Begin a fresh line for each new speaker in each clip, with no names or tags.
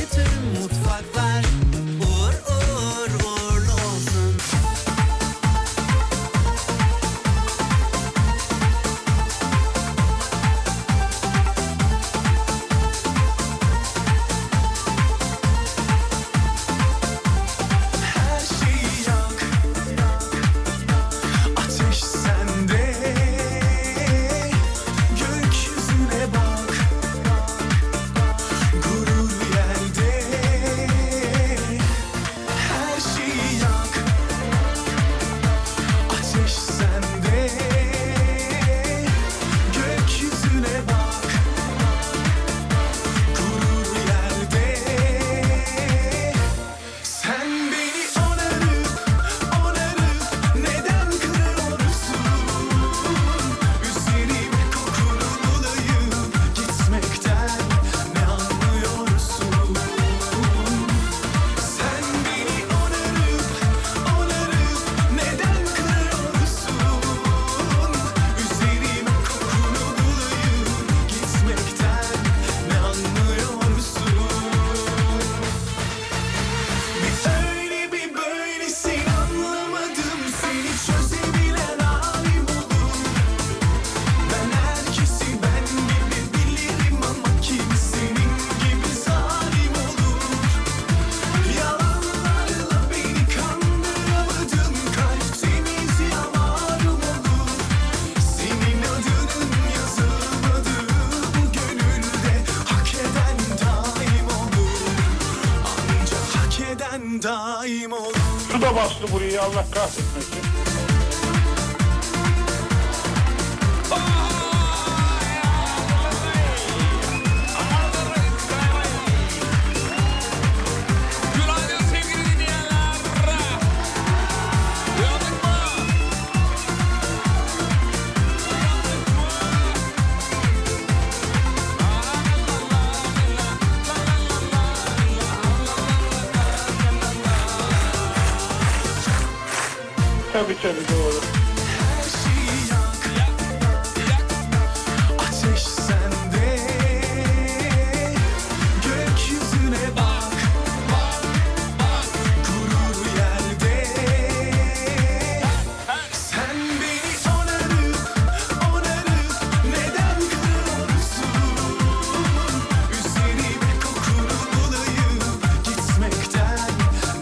Bütün mutfaklar uğur uğur uğurlu olsun. Her şeyi yak, ateş sende. Gökyüzüne bak, gurur yerde. Her şeyi yak, ateş sende. Gökyüzüne bak, gurur yerde. Sen beni onarıp onarıp neden kırıyorsun? Üzerime kokunu bulayım gitmekten ne anlıyorsun? Sen beni onarıp onarıp neden kırıyorsun? Üzerime kokunu bulayım gitmekten ne anlıyorsun? Bir öyle bir böylesin anlamadım Seni çözebilen halim oldum Ben herkesi ben gibi bilirim Ama kimsenin gibi zalim olur Yalanlarla beni kandıramadın Kalp temiz yamarum olur Senin adının yazılmadı Bu gönülde hak eden daim olur Anca hak eden daim olur
Su da bastı burayı Allah kahretmesin.
Günaydın sevgili dinleyenler. Uyandık mı? Uyandık mı?
Tabii tabii doğru.
Her şeyi yak, ateş sende. Gökyüzüne bak, gurur yerde. Sen beni onarıp, onarıp neden kırıyorsun? Üzerime kokunu bulayım gitmekten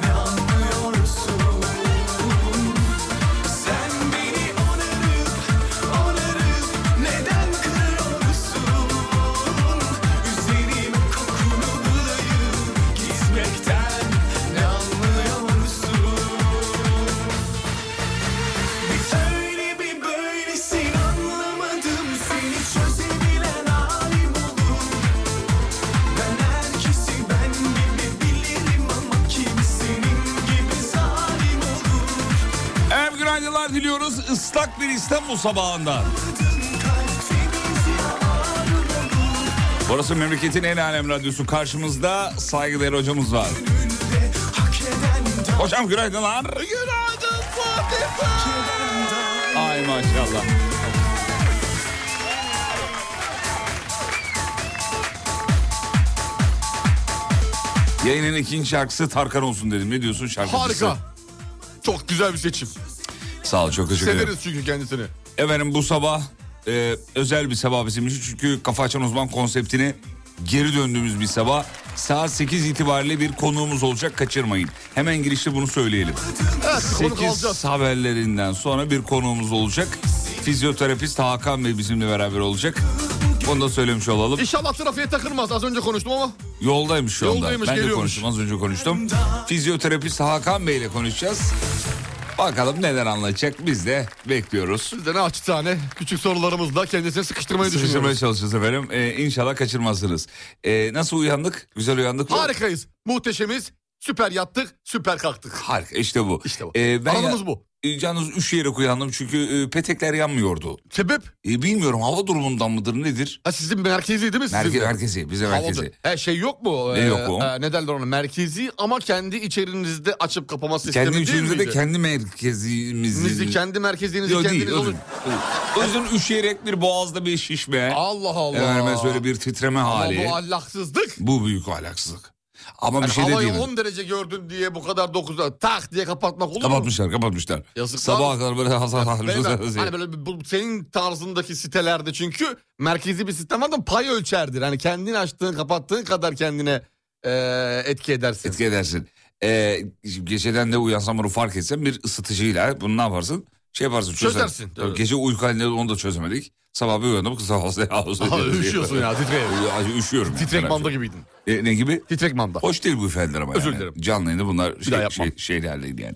ne anlıyorsun? Sen beni onarıp, onarıp neden kırıyorsun? Üzerime kokunu bulayım gitmekten ne anlıyorsun? Bir öyle bir böylesin anlamadım seni çözebilen halim olur. Ben herkesi ben gibi bilirim ama kimsenin gibi zalim olur.
Efendim günaydınlar diliyoruz ıslak bir İstanbul sabahından. Burası memleketin en alem radyosu. Karşımızda saygıdeğer hocamız var. Hocam günaydınlar. Günaydın Ay maşallah. Yayının ikinci şarkısı Tarkan olsun dedim. Ne diyorsun şarkıcısı?
Harika. Çok güzel bir seçim.
Sağ ol çok teşekkür ederim.
Severiz çünkü kendisini.
Efendim bu sabah e, özel bir sabah bizim için. Çünkü Kafa Açan Uzman konseptine geri döndüğümüz bir sabah. Saat 8 itibariyle bir konuğumuz olacak kaçırmayın. Hemen girişte bunu söyleyelim.
Evet bir konuk
8
alacağız.
haberlerinden sonra bir konuğumuz olacak. Fizyoterapist Hakan Bey bizimle beraber olacak. Onu da söylemiş olalım.
İnşallah trafiğe takılmaz. Az önce konuştum ama.
Yoldaymış şu anda.
Yoldaymış,
ben de
geliyormuş.
konuştum az önce konuştum. Fizyoterapist Hakan Bey ile konuşacağız. Bakalım neler anlatacak biz de bekliyoruz.
Biz de ne açtane küçük sorularımızla kendisini sıkıştırmayı
Sıkıştırmaya
düşünüyoruz.
çalışacağız efendim. Ee, inşallah kaçırmazsınız. Ee, nasıl uyandık? Güzel uyandık mı?
Harikayız. Muhteşemiz. Süper yattık, süper kalktık.
Harika işte bu.
İşte bu.
Ee, ben
Aradığımız
ya-
bu.
e, yalnız üşüyerek uyandım çünkü e, petekler yanmıyordu.
Sebep?
E, bilmiyorum hava durumundan mıdır nedir?
Ha sizin merkezi değil mi? Sizin
Merke, merkezi bize merkezi.
Havalı. He şey yok mu?
Ne yok o?
e, ne derler ona? Merkezi ama kendi içerinizde açıp kapama sistemi
Kendi
değil
içimizde
miydi?
de kendi merkezimizi.
Bizi, kendi merkezinizi
Yo, değil,
kendiniz
özür.
olun.
Özür üşüyerek bir boğazda bir şişme.
Allah Allah.
Efendime söyle bir titreme
Ama
hali.
bu Allahsızlık.
Bu büyük ahlaksızlık. Ama bir
Yani
şey de
havayı
değil.
10 derece gördün diye bu kadar 9'da tak diye kapatmak olur mu?
Kapatmışlar kapatmışlar.
Yazıklar
Sabaha kadar böyle hasar
Beyler, hani böyle bu, senin tarzındaki sitelerde çünkü merkezi bir sistem var da pay ölçerdir. Hani kendin açtığın kapattığın kadar kendine e, etki edersin.
Etki edersin. Ee, şimdi geceden de uyansam bunu fark etsen bir ısıtıcıyla bunu ne yaparsın? Şey yaparsın çözersin.
Çözersin,
Tabii
evet.
Gece uyku halinde onu da çözemedik. Sabah bir uyandım kısa havası.
Aha, üşüyorsun ya titre.
Ay, Üşüyorum. yani.
Titrek manda gibiydin.
E, ne gibi?
Titrek manda.
Hoş değil bu ifadeler ama
Özür
yani.
dilerim.
Canlı yayında bunlar
daha
şey,
yapmam.
şey, şeyler değil yani.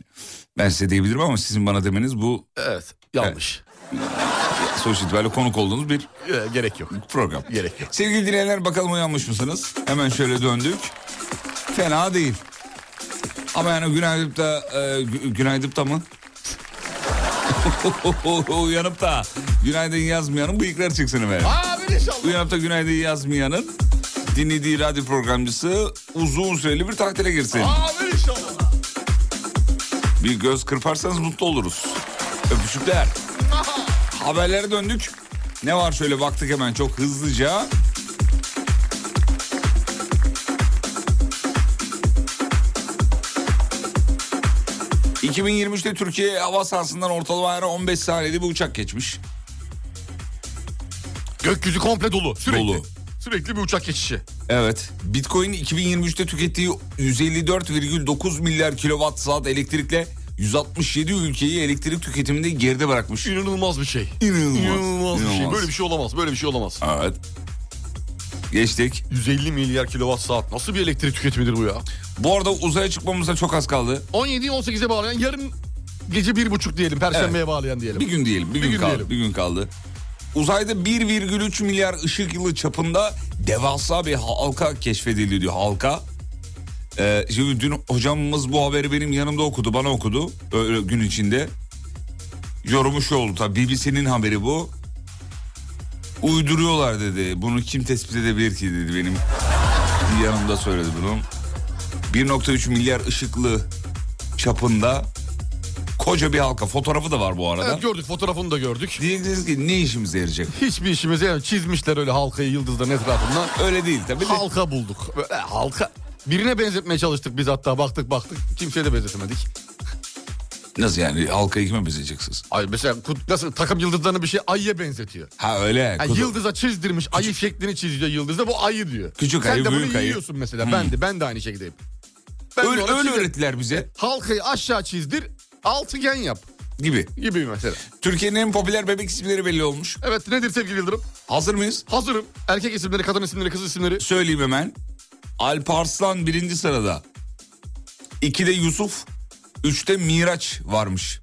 Ben size diyebilirim ama sizin bana demeniz bu
Evet yanlış.
sonuç itibariyle konuk olduğunuz bir
E, gerek yok.
program.
Gerek yok.
Sevgili dinleyenler bakalım uyanmış mısınız? Hemen şöyle döndük. Fena değil. Ama yani günaydın da e, gü- günaydın da mı? Uyanıp da günaydın yazmayanın bıyıklar çıksın efendim.
Abi inşallah.
Uyanıp da günaydın yazmayanın dinlediği radyo programcısı uzun süreli bir tatile girsin.
Abi inşallah.
Bir göz kırparsanız mutlu oluruz. Öpücükler. Haberlere döndük. Ne var şöyle baktık hemen çok hızlıca. ...2023'te Türkiye hava sahasından ortalama her 15 saniyede bir uçak geçmiş.
Gökyüzü komple dolu. Sürekli.
Dolu.
Sürekli bir uçak geçişi.
Evet. Bitcoin 2023'te tükettiği 154,9 milyar kilowatt saat elektrikle... ...167 ülkeyi elektrik tüketiminde geride bırakmış.
İnanılmaz bir şey.
İnanılmaz.
İnanılmaz, bir şey.
İnanılmaz.
Böyle bir şey olamaz. Böyle bir şey olamaz.
Evet. Geçtik.
150 milyar kilowatt saat. Nasıl bir elektrik tüketimidir bu ya?
Bu arada uzaya çıkmamıza çok az kaldı.
17'yi 18'e bağlayan yarın gece bir buçuk diyelim. Perşembeye bağlayan diyelim.
Bir gün diyelim, bir, gün,
gün
kaldı.
diyelim.
Bir gün kaldı. Uzayda 1,3 milyar ışık yılı çapında devasa bir halka keşfedildi diyor. Halka. Ee, şimdi dün hocamız bu haberi benim yanımda okudu, bana okudu öyle gün içinde. Yorumu şu oldu tabii BBC'nin haberi bu. Uyduruyorlar dedi. Bunu kim tespit edebilir ki dedi benim yanımda söyledi bunu. 1.3 milyar ışıklı çapında koca bir halka. Fotoğrafı da var bu arada.
Evet gördük fotoğrafını da gördük.
Diyeceksiniz ki ne işimize yarayacak?
Hiçbir işimize yani çizmişler öyle halkayı yıldızların etrafından.
Öyle değil tabii. de.
Halka bulduk. Böyle halka. Birine benzetmeye çalıştık biz hatta baktık baktık. Kimseye de benzetemedik.
Nasıl yani halkayı kime benzeyeceksiniz?
Ay mesela kut- nasıl takım yıldızlarını bir şey ayıya benzetiyor.
Ha öyle.
Yani
kuzu.
yıldıza çizdirmiş ayı şeklini çiziyor yıldızda bu ayı diyor.
Küçük
Sen
ayı,
de bunu
büyük ayı.
yiyorsun mesela
Hmm.
ben de ben de aynı şekildeyim. Ben de
öyle,
ona
öyle
çizdim.
öğrettiler bize
Halkayı aşağı çizdir altıgen yap
gibi.
gibi mesela.
Türkiye'nin en popüler bebek isimleri belli olmuş.
Evet nedir sevgili Yıldırım?
Hazır mıyız?
Hazırım. Erkek isimleri, kadın isimleri, kız isimleri.
Söyleyeyim hemen. Alparslan birinci sırada. İkide Yusuf. Üçte Miraç varmış.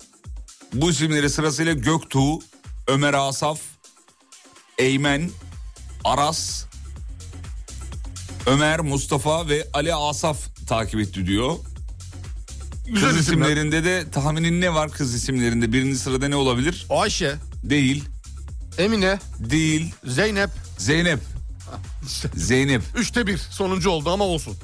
Bu isimleri sırasıyla Göktuğ, Ömer Asaf, Eymen, Aras, Ömer, Mustafa ve Ali Asaf takip etti diyor.
Güzel
Kız
isimler.
isimlerinde de tahminin ne var kız isimlerinde? Birinci sırada ne olabilir?
Ayşe,
Değil,
Emine,
değil.
Zeynep.
Zeynep. Zeynep.
Üçte bir sonuncu oldu ama olsun.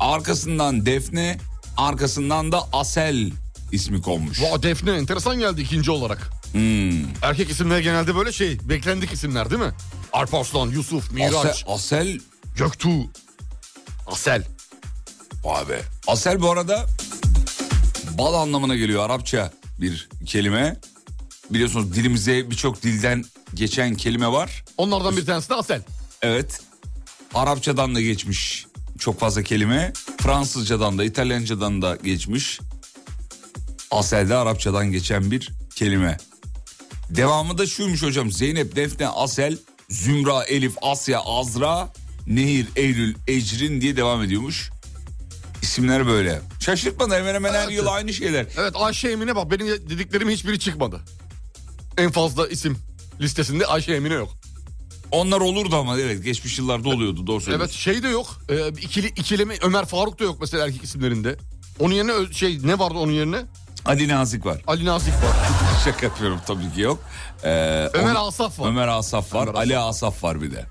Arkasından Defne, arkasından da Asel ismi konmuş.
Vay Defne enteresan geldi ikinci olarak.
Hmm.
Erkek isimleri genelde böyle şey beklendik isimler değil mi? Arparslan, Yusuf,
Asel,
Miraç,
Asel,
Göktuğ, Asel.
vay be. Asel bu arada bal anlamına geliyor Arapça bir kelime. Biliyorsunuz dilimize birçok dilden geçen kelime var.
Onlardan bir tanesi de Asel.
Evet. Arapçadan da geçmiş çok fazla kelime. Fransızcadan da İtalyancadan da geçmiş. Asel'de Arapçadan geçen bir kelime. Devamı da şuymuş hocam. Zeynep, Defne, Asel, Zümra, Elif, Asya, Azra, Nehir, Eylül, Ecrin diye devam ediyormuş. İsimler böyle. Şaşırtmadı hemen hemen her
Evet.
yıl aynı şeyler.
Evet Ayşe Emine bak benim dediklerimin hiçbiri çıkmadı. En fazla isim listesinde Ayşe Emine yok.
Onlar olurdu ama evet geçmiş yıllarda oluyordu doğru
Evet
söylüyorsun.
şey de yok. Ee, ikili, ikileme Ömer Faruk da yok mesela erkek isimlerinde. Onun yerine ö- şey ne vardı onun yerine?
Ali Nazik var.
Ali Nazik var.
Şaka yapıyorum tabii ki yok. Ee,
Ömer
onu-
Asaf var.
Ömer Asaf var.
Ömer
Ali Asaf var bir de.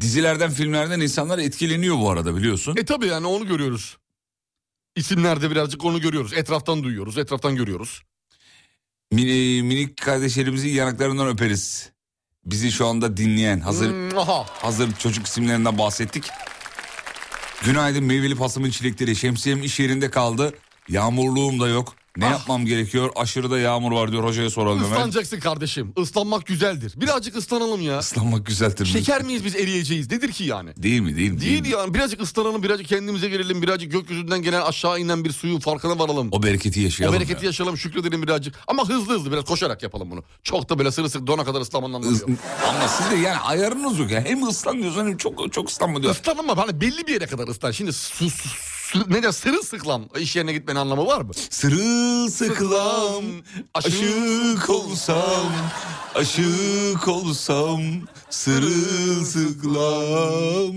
Dizilerden filmlerden insanlar etkileniyor bu arada biliyorsun.
E tabii yani onu görüyoruz. İsimlerde birazcık onu görüyoruz. Etraftan duyuyoruz, etraftan görüyoruz.
Mini- minik kardeşlerimizi yanaklarından öperiz. Bizi şu anda dinleyen hazır
Hmm, aha.
hazır çocuk isimlerinden bahsettik. Günaydın meyveli pasımın çilekleri şemsiyem iş yerinde kaldı. Yağmurluğum da yok. Ne
Ah.
yapmam gerekiyor? Aşırıda yağmur var diyor hocaya soralım hemen.
Islanacaksın kardeşim. Islanmak güzeldir. Birazcık ıslanalım ya.
Islanmak güzeldir.
Şeker miyiz biz eriyeceğiz? Nedir ki yani?
Değil mi? Değil mi?
Değil
mi?
yani birazcık ıslanalım, birazcık kendimize gelelim, birazcık gökyüzünden gelen aşağı inen bir suyun farkına varalım.
O bereketi
O
yaşayalım.
bereketi yaşayalım, şükredelim birazcık. Ama hızlı hızlı biraz koşarak yapalım bunu. Çok da böyle sırı sık dona kadar ıslanmandan
Is-
anlamı yok.
Ama siz de yani ayarınız yok ya. Hem ıslanıyorsun hem çok çok ıslanma diyor.
Islan ama hani belli bir yere kadar ıslan. Şimdi su, su, su- ne de sırı sıklam iş yerine gitmenin anlamı var mı?
Sırılsıklam aşık olsam aşık olsam sırılsıklam.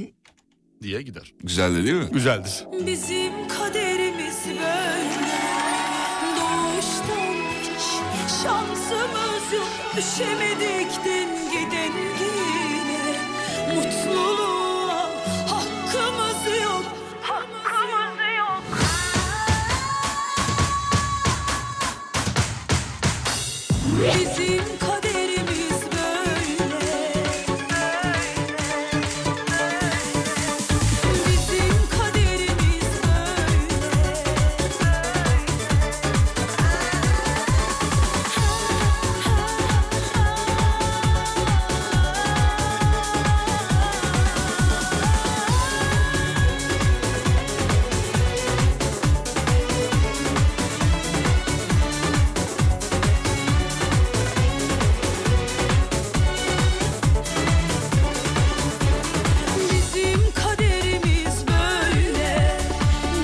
Diye gider.
Güzel de değil mi?
Güzeldir.
Bizim kaderimiz böyle Doğuştan hiç şansımız yok Düşemedik dengeden yine Mutluluğa hakkımız yok Hakkımız yok Bizim kaderimiz böyle Bizim kaderimiz böyle Bizim kaderimiz böyle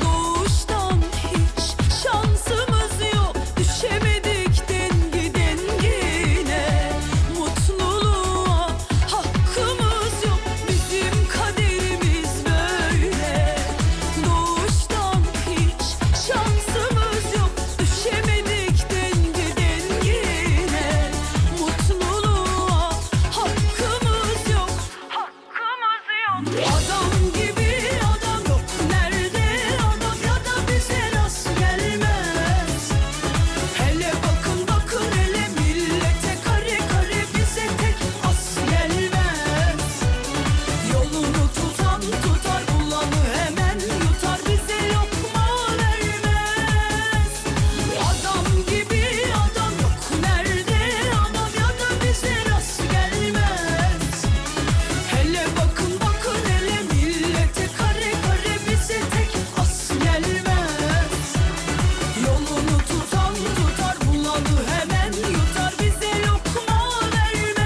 Doğuştan hiç şansımız yok Düşemedik dengi dengine Mutluluğa hakkımız yok Bizim kaderimiz böyle Doğuştan hiç şansımız yok Düşemedik dengi dengine Mutluluğa hakkımız yok Adam gibi adam yok nerede adam ya da bize rast gelmez Hele bakın bakın hele millete kare kare bize tek as gelmez Yolunu tutan tutar bulanı hemen yutar bize lokma vermez Adam gibi adam yok nerede adam ya da bize rast gelmez Hele bakın bakın hele millete kare kare bize tek as gelmez Yolunu tutan tutar bulanı hemen yutar bize lokma vermez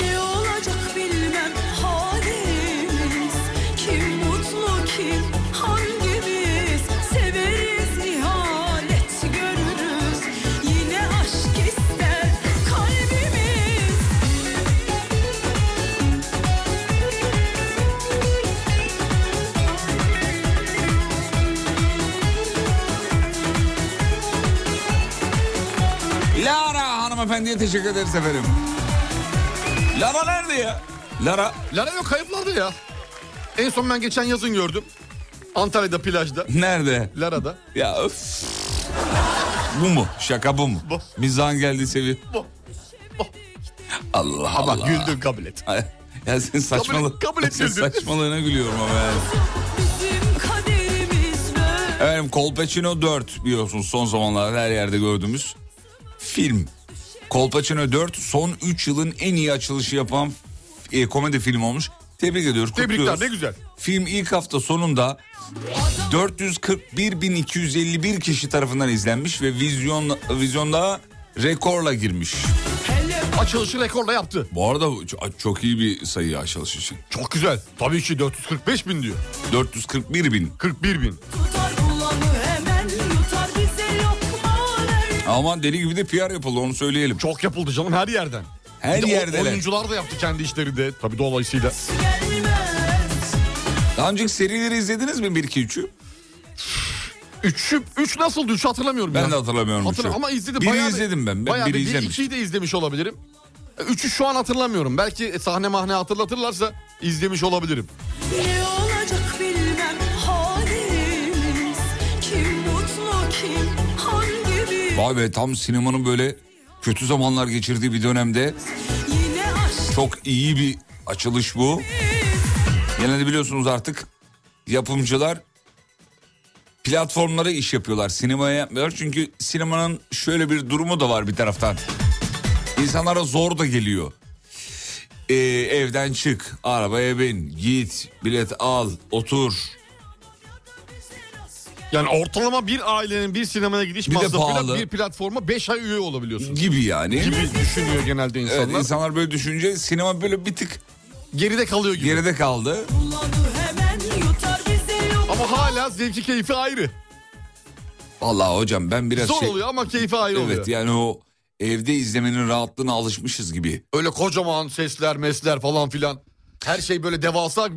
Ne olacak bilmem halimiz Kim mutlu kim hangimiz Severiz nihalet görürüz Yine aşk ister kalbimiz
Lara hanımefendiye teşekkür ederiz efendim. Lara nerede ya? Lara
Lara yok kayıplarda ya. En son ben geçen yazın gördüm. Antalya'da plajda.
nerede?
Lara'da.
Ya öf. Bu mu? Şaka bu mu?
Bu.
Mizahın geldiği seviye.
Bu.
Allah
Ama
Allah.
güldüm kabul et.
Ay, Ya sen saçmalı...
kabul et
sen
güldün.
saçmalığına gülüyorum ama yani.
Bizim kaderimiz böyle
Efendim Colpacino 4 biliyorsunuz son zamanlarda her yerde gördüğümüz film. Colpacino 4 son 3 yılın en iyi açılışı yapan e, komedi filmi olmuş. Tebrik ediyoruz.
Tebrikler
kutluyoruz.
ne güzel.
Film ilk hafta sonunda 441.251 kişi tarafından izlenmiş ve vizyon vizyonda rekorla girmiş.
Açılışı rekorla yaptı.
Bu arada ço- çok iyi bir sayı açılış için.
Çok güzel. Tabii ki 445 bin diyor.
441 bin.
41 bin.
tutar bulanı hemen yutar bize lokma vermez
Aman deli gibi de PR yapıldı onu söyleyelim.
Çok yapıldı canım her yerden.
Her
Bir de o-
yerdeler.
Oyuncular da yaptı kendi işleri de. Tabii dolayısıyla.
gelmez
Daha önceki serileri izlediniz mi 1-2-3'ü?
Üçü, üç nasıldı? Üçü hatırlamıyorum.
Ben
ya.
de hatırlamıyorum.
Hatırla-
şu.
ama izledim.
Biri
bayağı bir-
izledim ben. Ben
bayağı
biri
bir, bir
izlemiştim.
ikiyi de izlemiş olabilirim. Üçü şu an hatırlamıyorum. Belki sahne mahne hatırlatırlarsa izlemiş olabilirim.
Ne olacak bilmem halimiz Kim mutlu kim hangi bir
Vay be tam sinemanın böyle kötü zamanlar geçirdiği bir dönemde
Yine aşk
çok iyi bir açılış bu. Genelde biliyorsunuz artık yapımcılar platformlara iş yapıyorlar. Sinemaya yapmıyorlar. Çünkü sinemanın şöyle bir durumu da var bir taraftan. İnsanlara zor da geliyor. Ee, evden çık, arabaya bin, git, bilet al, otur.
Yani ortalama bir ailenin bir sinemaya gidiş
Bir de
masrafıyla
pahalı.
bir platforma 5 ay üye olabiliyorsun.
Gibi yani.
Gibi düşünüyor genelde insanlar.
Evet, insanlar böyle düşünce sinema böyle bir tık
Geride kalıyor gibi.
geride kaldı.
bulanı hemen yutar bize yok
Ama hala zevki keyfi ayrı.
Vallahi hocam ben biraz
Zor
şey...
oluyor ama keyfi ayrı oluyor.
Evet yani o evde izlemenin rahatlığına alışmışız gibi.
Öyle kocaman sesler mesler falan filan. Her şey böyle devasa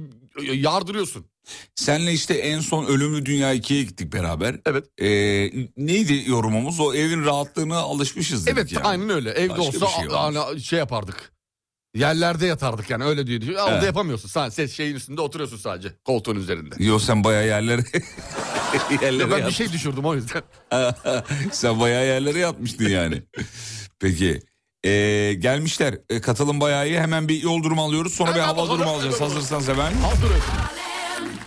yardırıyorsun.
Senle işte en son Ölümlü Dünya 2'ye gittik beraber.
Evet.
Ee, neydi yorumumuz? O evin rahatlığına alışmışız dedik
Evet
yani.
aynen öyle. Evde
Başka
olsa
bir şey olmaz.
hani şey yapardık. Yerlerde yatardık yani öyle diye düşünüyorum. Orada
Evet.
yapamıyorsun. Sen ses şeyin üstünde oturuyorsun sadece. Koltuğun üzerinde.
Yo sen bayağı yerlere, yerlere
Ya ben bir
yat-
şey düşürdüm o yüzden.
sen bayağı yerlere yatmıştın yani. Peki. Ee, gelmişler. Ee, katılım bayağı iyi. Hemen bir yol durumu alıyoruz. Sonra bir
Hemen
hava
bakalım,
durumu alacağız.
bakalım.
Hazırsanız hemen.
Hazır et.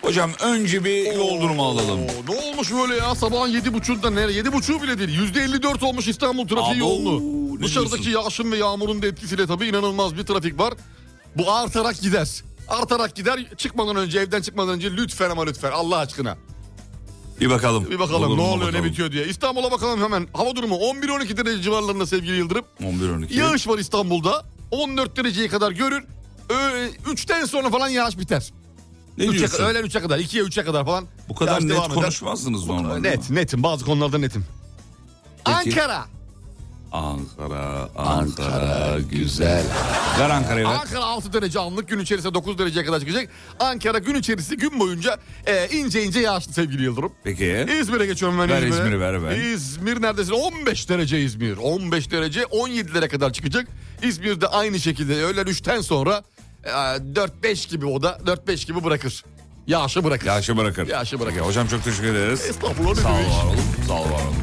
Hocam önce bir yol durumu alalım.
Oo, ne olmuş böyle ya? Sabahın yedi buçuğunda nere? Yedi buçuğu bile değil. Yüzde elli dört olmuş İstanbul trafiği
Abo,
yoğunluğu.
ne
Dışarıdaki
diyorsun?
yağışın ve yağmurun da etkisiyle tabii inanılmaz bir trafik var. Bu artarak gider. Artarak gider. Çıkmadan önce, evden çıkmadan önce lütfen ama lütfen Allah aşkına.
Bir bakalım.
Bir bakalım
Olur
ne
mu
oluyor
bakalım.
ne bitiyor diye. İstanbul'a bakalım hemen. Hava durumu 11-12 derece civarlarında sevgili Yıldırım.
11-12.
Yağış var İstanbul'da. 14 dereceye kadar görür. 3'ten sonra falan yağış biter.
Ne
Üçe-
diyorsun?
öğlen 3'e kadar, 2'ye 3'e kadar falan.
Bu kadar
yağış devam
net
eder.
konuşmazdınız normalde.
Net, netim. Bazı konularda netim. Ankara.
Ankara, Ankara güzel. Ver Ankara'yı ver.
Ankara 6 derece anlık gün içerisinde 9 dereceye kadar çıkacak. Ankara gün içerisi gün boyunca e, ince ince yağışlı sevgili Yıldırım.
Peki.
İzmir'e geçiyorum ben
Ver
İzmir'e.
İzmir'i, ver, ver.
İzmir neredesin? 15 derece İzmir. 15 derece 17'lere kadar çıkacak. İzmir'de aynı şekilde öğlen 3'ten sonra e, 4-5 gibi o da 4-5 gibi bırakır. Yağışı bırakır.
Yağışı bırakır.
Yağışı bırakır.
Peki, hocam çok teşekkür ederiz.
Estağfurullah, ne
Sağ ol
demek.
var olun. Sağ ol var olun.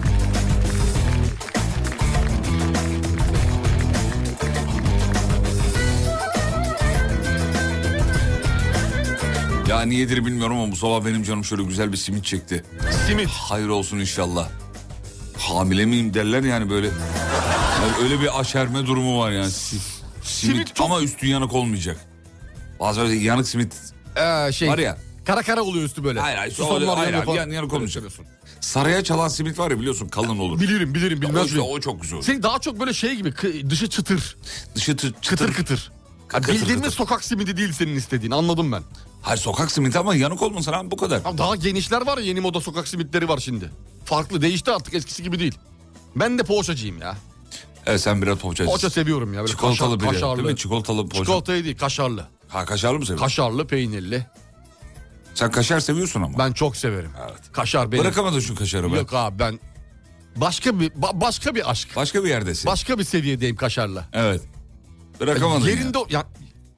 Ya niyedir bilmiyorum ama bu sabah benim canım şöyle güzel bir simit çekti.
Simit.
Hayır olsun inşallah. Hamile miyim derler yani böyle. Yani öyle bir aşerme durumu var yani. Si- Simit,
Simit çok-
ama üstü yanık olmayacak. Bazen öyle yanık simit
Ee, şey,
Var ya.
Kara kara oluyor üstü böyle.
Hayır hayır.
Susamlar
Hayır, hayır,
yanıyor falan.
yan- yanık olmayacak. Saraya çalan simit var ya biliyorsun kalın olur.
Bilirim bilirim
O,
bilmez
işte,
miyim?
o çok güzel. olur.
Senin daha çok böyle şey gibi kı- dışı çıtır,
Dışı tı-
kıtır
çıtır.
kıtır.
Kıtır kıtır.
Bildiğimiz sokak simidi değil senin istediğin anladım ben.
Hayır sokak simiti ama yanık olmasın abi bu kadar.
Ama daha genişler var ya yeni moda sokak simitleri var şimdi. Farklı değişti artık eskisi gibi değil. Ben de poğaçacıyım ya.
Evet sen biraz poğaça.
Poğaça seviyorum ya. Böyle
Çikolatalı
kaşar-
bir de
kaşarlı.
değil mi? Çikolatalı poğaça.
Çikolatayı değil kaşarlı.
Ha kaşarlı mı seviyorsun?
Kaşarlı peynirli.
sen kaşar seviyorsun ama.
Ben çok severim.
Evet.
Kaşar benim.
Bırakamadın şu kaşarı be.
Yok abi ben başka bir ba- başka bir aşk.
Başka bir yerdesin.
Başka bir seviyedeyim kaşarla.
evet. Bırakamadın ya.
Yerinde o- ya.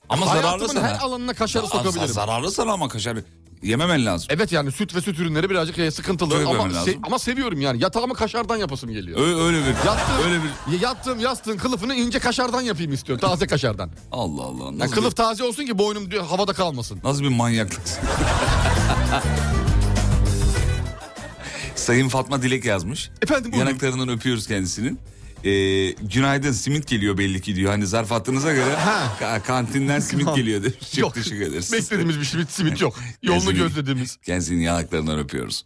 Ama
hayatımın
zararlı sana.
her alanına kaşarı
Ya,
sokabilirim.
Zararlı sana ama kaşarı. Yememen lazım.
Evet yani süt ve süt ürünleri birazcık e, sıkıntılı
Tövbe
ama,
mi lazım?
se- ama seviyorum yani. Yatağımı kaşardan yapasım geliyor.
Ö- öyle bir.
Yattığım,
Öyle bir.
Ya- yattığım yastığın kılıfını ince kaşardan yapayım istiyorum. Taze kaşardan.
Allah Allah.
Ya
Nasıl,
kılıf taze olsun ki boynum diyor, havada kalmasın.
bir, nasıl bir manyaklık. Sayın Fatma Dilek yazmış.
Efendim buyurun.
Yanaklarından öpüyoruz kendisinin. Ee, günaydın simit geliyor belli ki diyor. Hani zarf attığınıza göre
Ha.
ka- kantinden simit geliyor demiş. Çok
Yok.
teşekkür ederiz.
Beklediğimiz bir simit, simit yok. Yolunu
Kesinlikle.
gözlediğimiz.
Kendisinin yanaklarından öpüyoruz.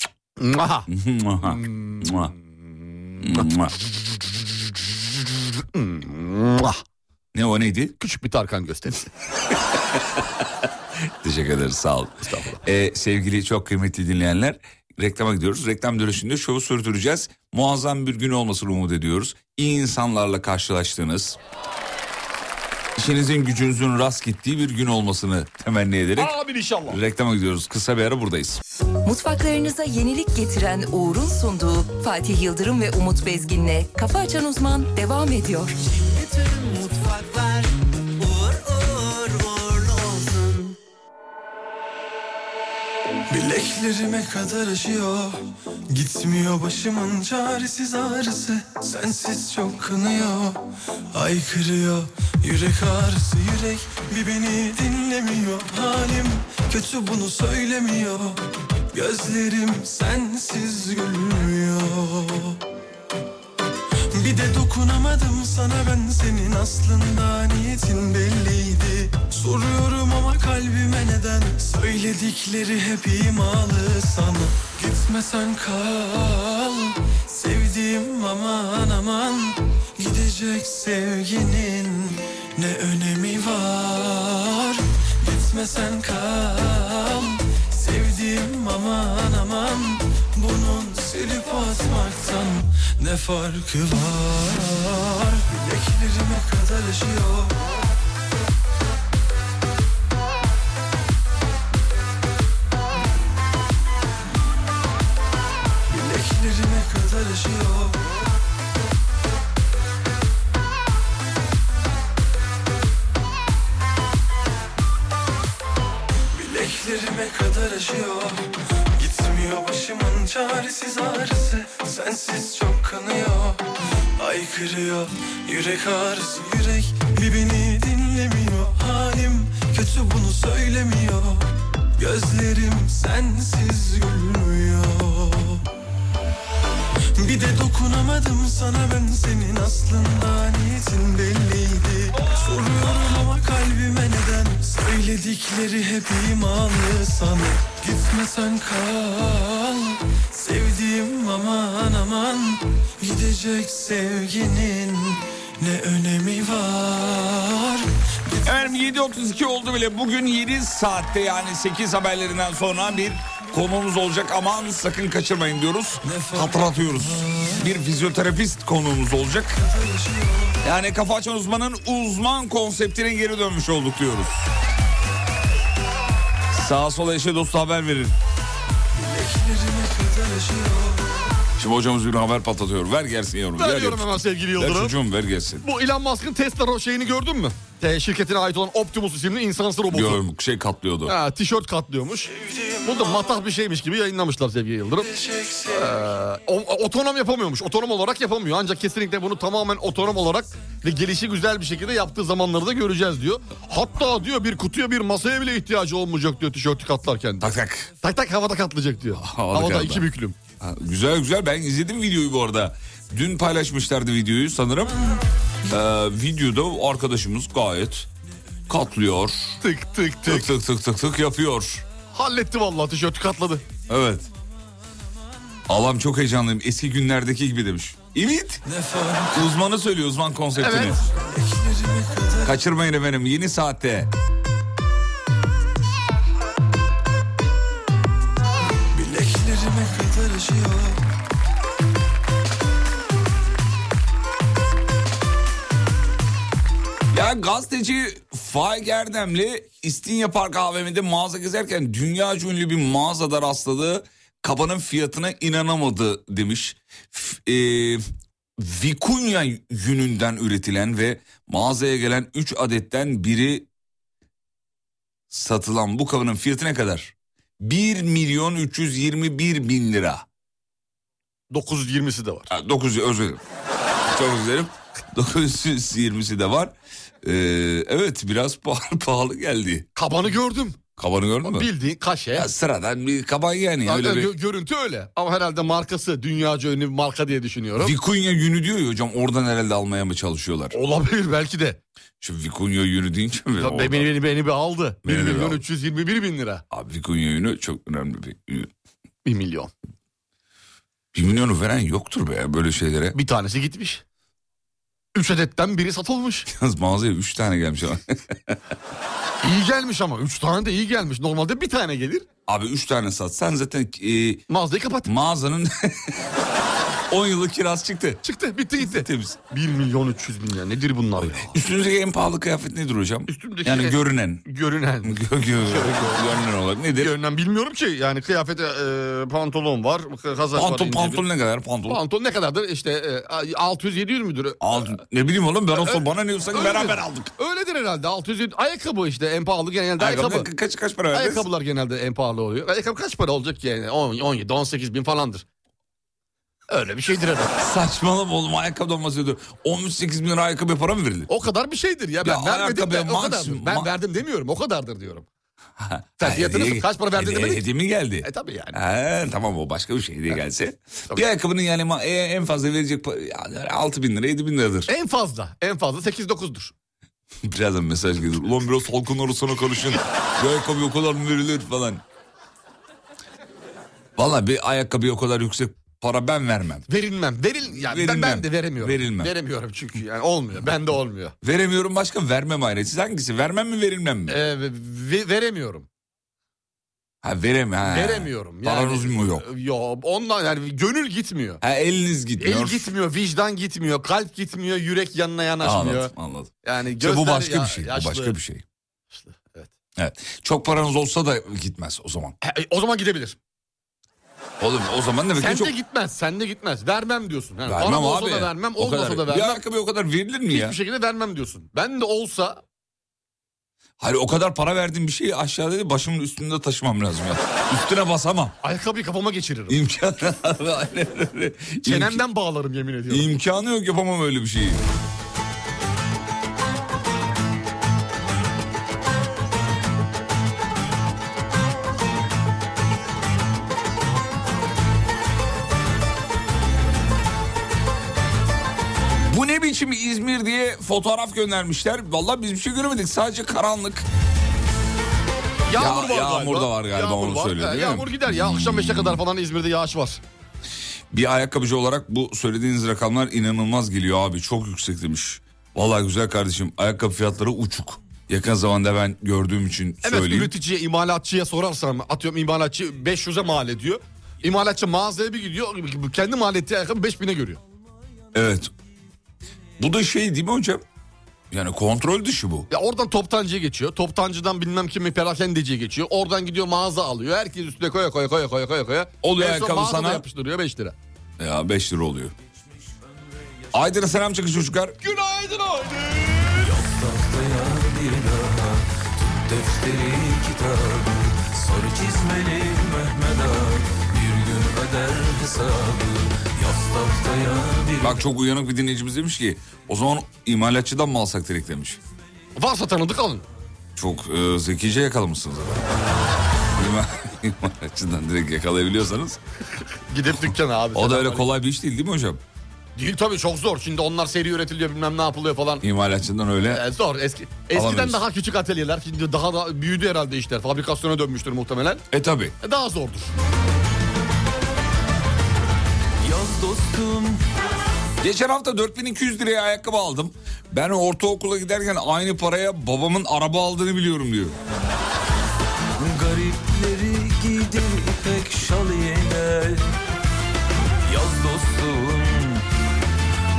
Aha.
Mua.
Hmm.
Mua. Mua.
Mwah.
ne o neydi?
Küçük bir Tarkan gösterisi.
Teşekkür ederiz sağ olun. Ee, sevgili çok kıymetli dinleyenler reklama gidiyoruz. Reklam dönüşünde şovu sürdüreceğiz. Muazzam bir gün olmasını umut ediyoruz. İyi insanlarla karşılaştığınız, İşinizin gücünüzün rast gittiği bir gün olmasını temenni ederek
Amin inşallah.
reklama gidiyoruz. Kısa bir ara buradayız.
Mutfaklarınıza yenilik getiren Uğur'un sunduğu Fatih Yıldırım ve Umut Bezgin'le Kafa Açan Uzman devam ediyor.
Bileklerime kadar aşıyor Gitmiyor başımın çaresiz ağrısı Sensiz çok kınıyor Ay kırıyor Yürek ağrısı yürek Bir beni dinlemiyor Halim kötü bunu söylemiyor Gözlerim sensiz gülmüyor bir de dokunamadım sana ben senin aslında niyetin belliydi Soruyorum ama kalbime neden söyledikleri hep imalı sana Gitmesen kal sevdiğim aman aman Gidecek sevginin ne önemi var Gitmesen kal sevdiğim aman aman Bunun silip atmaktan ne farkı var Bileklerime kadar aşıyor Bileklerime kadar aşıyor Bileklerime kadar aşıyor Gitmiyor başımın çaresiz ağrısı Sensiz çok kanıyor Ay kırıyor yürek ağrısı yürek Bir beni dinlemiyor Halim kötü bunu söylemiyor Gözlerim sensiz gülmüyor bir de dokunamadım sana ben senin aslında niyetin belliydi Soruyorum ama kalbime neden söyledikleri hep imanlı sana Gitmesen kal sevdiğim aman aman Gidecek sevginin ne önemi var
Efendim 7.32 oldu bile bugün 7 saatte yani 8 haberlerinden sonra bir konuğumuz olacak. Aman sakın kaçırmayın diyoruz. Hatırlatıyoruz. Bir fizyoterapist konuğumuz olacak. Yani kafa açan uzmanın uzman konseptine geri dönmüş olduk diyoruz. Sağa sola eşe dostu haber verin.
Ellerime kadar aşıyor
Şimdi hocamız bir haber patlatıyor. Ver gelsin yavrum. gel
Veriyorum
yavrum.
hemen sevgili
Ver
Yıldırım.
çocuğum ver gelsin.
Bu Elon Musk'ın Tesla ro- şeyini gördün mü? Te- şirketine ait olan Optimus isimli insansı robotu.
Gördüm şey katlıyordu.
Ha, tişört katlıyormuş. Bu da matah bir şeymiş gibi yayınlamışlar sevgili Yıldırım. Ee,
Gidecek sevginin
O, otonom yapamıyormuş. Otonom olarak yapamıyor. Ancak kesinlikle bunu tamamen otonom olarak ve gelişi güzel bir şekilde yaptığı zamanları da göreceğiz diyor. Hatta diyor bir kutuya bir masaya bile ihtiyacı olmayacak diyor tişörtü katlarken.
Tak tak.
Tak tak havada katlayacak diyor.
Havada
Havada,
kaldı.
iki büklüm.
Ha, Güzel güzel ben izledim videoyu bu arada. Dün paylaşmışlardı videoyu sanırım. Ee, videoda o arkadaşımız gayet katlıyor.
Tık tık
Tık
tık.
tık tık tık tık yapıyor.
Halletti vallahi tişörtü katladı.
Evet. Allah'ım çok heyecanlıyım. Eski günlerdeki gibi demiş. Evet. Uzmanı söylüyor uzman konseptini.
Evet.
Kaçırmayın efendim yeni saatte.
Bileklerime kadar aşıyor
Ya gazeteci Faik Erdemli İstinye Park AVM'de mağaza gezerken dünya ünlü bir mağazada rastladığı kabanın fiyatına inanamadı demiş. F- e, Vikunya yününden üretilen ve mağazaya gelen 3 adetten biri satılan bu kabanın fiyatı ne kadar? 1 milyon 321 bin lira.
920'si de var.
Ha, 900 özür dilerim. Çok özür dilerim. 920'si de var. Ee, evet biraz pahalı, pahalı geldi.
Kabanı gördüm.
Kabanı gördün mü?
Bildiğin kaşe.
Ya sıradan bir kaban yani. öyle
Zaten
bir...
gö- görüntü öyle. Ama herhalde markası dünyaca ünlü bir marka diye düşünüyorum.
Vikunya yünü diyor ya hocam oradan herhalde almaya mı çalışıyorlar?
Olabilir belki de.
Şimdi Vikunya yünü deyince mi?
Tabii
oradan-
beni, beni, beni bir aldı. 1
Beni bir
milyon
aldı.
321 bin lira.
Abi Vikunya yünü çok önemli bir yün.
1 milyon.
Bir milyonu veren yoktur be böyle şeylere.
Bir tanesi gitmiş. 3 adetten biri satılmış.
Yalnız mağazaya üç tane gelmiş ama.
İyi gelmiş ama. 3 tane de iyi gelmiş. Normalde bir tane gelir.
Abi üç tane satsan zaten e,
Mağazayı kapat.
mağazanın 10 yıllık kiraz çıktı.
Çıktı bitti gitti.
Temiz.
1 milyon 300 bin ya nedir bunlar ya?
Üstünüzdeki en pahalı kıyafet nedir hocam?
Üstümdeki
yani
en-
görünen.
Görünen.
Gö- gö- görünen olarak nedir?
Görünen bilmiyorum ki yani kıyafete e, pantolon var kazak var.
Pantol,
ince
pantol ne kadar?
bir-
Pantol.
Pantolon ne kadardır işte e, 600-700 müdür?
Altın. Ne bileyim oğlum ben o son bana ne sanki
Öyledir.
beraber aldık.
Öyledir herhalde 600-700 ayakkabı işte en pahalı genelde ayakkabı.
Ayakkabı. Kaç, kaç para verdiniz?
Ayakkabılar genelde en pahalı oluyor. Ayakkabı kaç para olacak ki yani? 10, 17, 18 bin falandır. Öyle bir şeydir herhalde.
Saçmalama oğlum ayakkabıdan bahsediyorum. 18 bin lira ayakkabı para mı verilir?
O kadar bir şeydir ya. Ben
Ya
vermedim de
ayakkabı
o
maks-
kadardır. Ben
ma-
verdim demiyorum o kadardır diyorum.
Ha,
fiyatını
hediye-
kaç para verdin
hediye-
demedik.
Hediye mi geldi?
E tabii yani.
Ha, tamam o başka bir şey diye gelse. Bir ayakkabının yani ma- e, en fazla verecek pa- yani 6 bin lira 7 bin liradır.
En fazla. En fazla 8-9'dur.
Birazdan mesaj gelir. Ulan biraz halkın arasına karışın. Bir ayakkabı o kadar mı verilir falan. Valla bir ayakkabı o kadar yüksek para ben vermem.
Verilmem. Veril yani ben- Ben,
Verilmem.
de veremiyorum.
Verilmem.
Veremiyorum çünkü yani olmuyor. Ben de olmuyor.
Veremiyorum başka vermem ayrı. Siz hangisi? Vermem mi verilmem mi?
Ee, ve- veremiyorum.
Ha verem ha.
Veremiyorum.
Paranız mı yok?
Yok. Ondan yani gönül gitmiyor.
Ha eliniz
El
gitmiyor.
gitmiyor, vicdan gitmiyor, kalp gitmiyor, yürek yanına yanaşmıyor.
Anladım anladım.
Yani
İşte
gözler
bu başka
ya-
bir şey.
yaşlı.
Bu başka bir şey.
Yaşlı, evet.
Evet. Çok paranız olsa da gitmez o zaman.
E, e, o zaman gidebilir.
Oğlum o zaman demek
Sen
ki çok...
de gitmez, sen de gitmez. Vermem diyorsun. Yani
Vermem
param
abi.
olsa da vermem,
o
olmasa
kadar.
da
Bir
vermem.
ayakkabı o kadar verilir mi ya?
Hiçbir şey- şekilde vermem diyorsun. Ben de olsa
Hayır o kadar para verdiğim bir şeyi aşağıda değil başımın üstünde taşımam lazım ya. Üstüne basamam.
ayakkabıyı kafama geçiririm.
İmkan... Aynen öyle. İmk-
Çenemden bağlarım yemin ediyorum.
İmkanı yok yapamam öyle bir şeyi. Bu ne biçim İzmir diye fotoğraf göndermişler. Vallahi biz bir şey göremedik. Sadece karanlık.
Yağmur
Ya-
var galiba.
yağmur da var galiba, onu söylüyor,
Ha,
değil mi?
Yağmur gider ya. Akşam 5'e kadar falan İzmir'de yağış var.
Bir ayakkabıcı olarak bu söylediğiniz rakamlar inanılmaz geliyor abi. Çok yüksek demiş. Vallahi güzel kardeşim ayakkabı fiyatları uçuk. Yakın zamanda ben gördüğüm için
Evet
söyleyeyim.
üreticiye, imalatçıya sorarsam atıyorum imalatçı 500'e mal ediyor. İmalatçı mağazaya bir gidiyor. Kendi mal ettiği ayakkabı 5000'e görüyor.
Evet. Bu da şey değil mi hocam? Yani kontrol dışı bu.
Ya oradan toptancıya geçiyor. Toptancıdan bilmem kimi perakendeciye geçiyor. Oradan gidiyor mağaza alıyor. Herkes üstüne koya koya koya koya koya koya.
Oluyor
En son
ayakkabı
mağazada
sana.
yapıştırıyor 5 lira.
Ya 5 lira oluyor. Aydın'a selam çakın çocuklar.
Günaydın abi.
Tahtaya bir daha Tut defteri kitabı Sarı çizmeli Mehmet Ağa Bir gün öder hesabı Yaz tahtaya bir
Bak çok uyanık bir dinleyicimiz demiş ki o zaman imalatçıdan mı alsak direkt demiş.
Varsa tanıdık alın.
Çok e, zekice yakalamışsınız efendim. İma- İmalatçıdan direkt yakalayabiliyorsanız.
Gidip dükkana abi.
O da öyle
Selamünaleyküm.
kolay bir iş değil değil mi hocam?
Değil tabii çok zor. Şimdi onlar seri üretiliyor bilmem ne yapılıyor falan.
İmalatçıdan öyle.
E, zor. Eski, eskiden
Alamıyoruz.
daha küçük atölyeler. Şimdi daha da büyüdü herhalde işler. Fabrikasyona dönmüştür muhtemelen.
E tabi.
E, daha zordur.
Yaz dostum
Geçen hafta 4200 liraya ayakkabı aldım. Ben ortaokula giderken aynı paraya babamın araba aldığını biliyorum diyor.
Garipleri giydir ipek şal yine Yaz dostum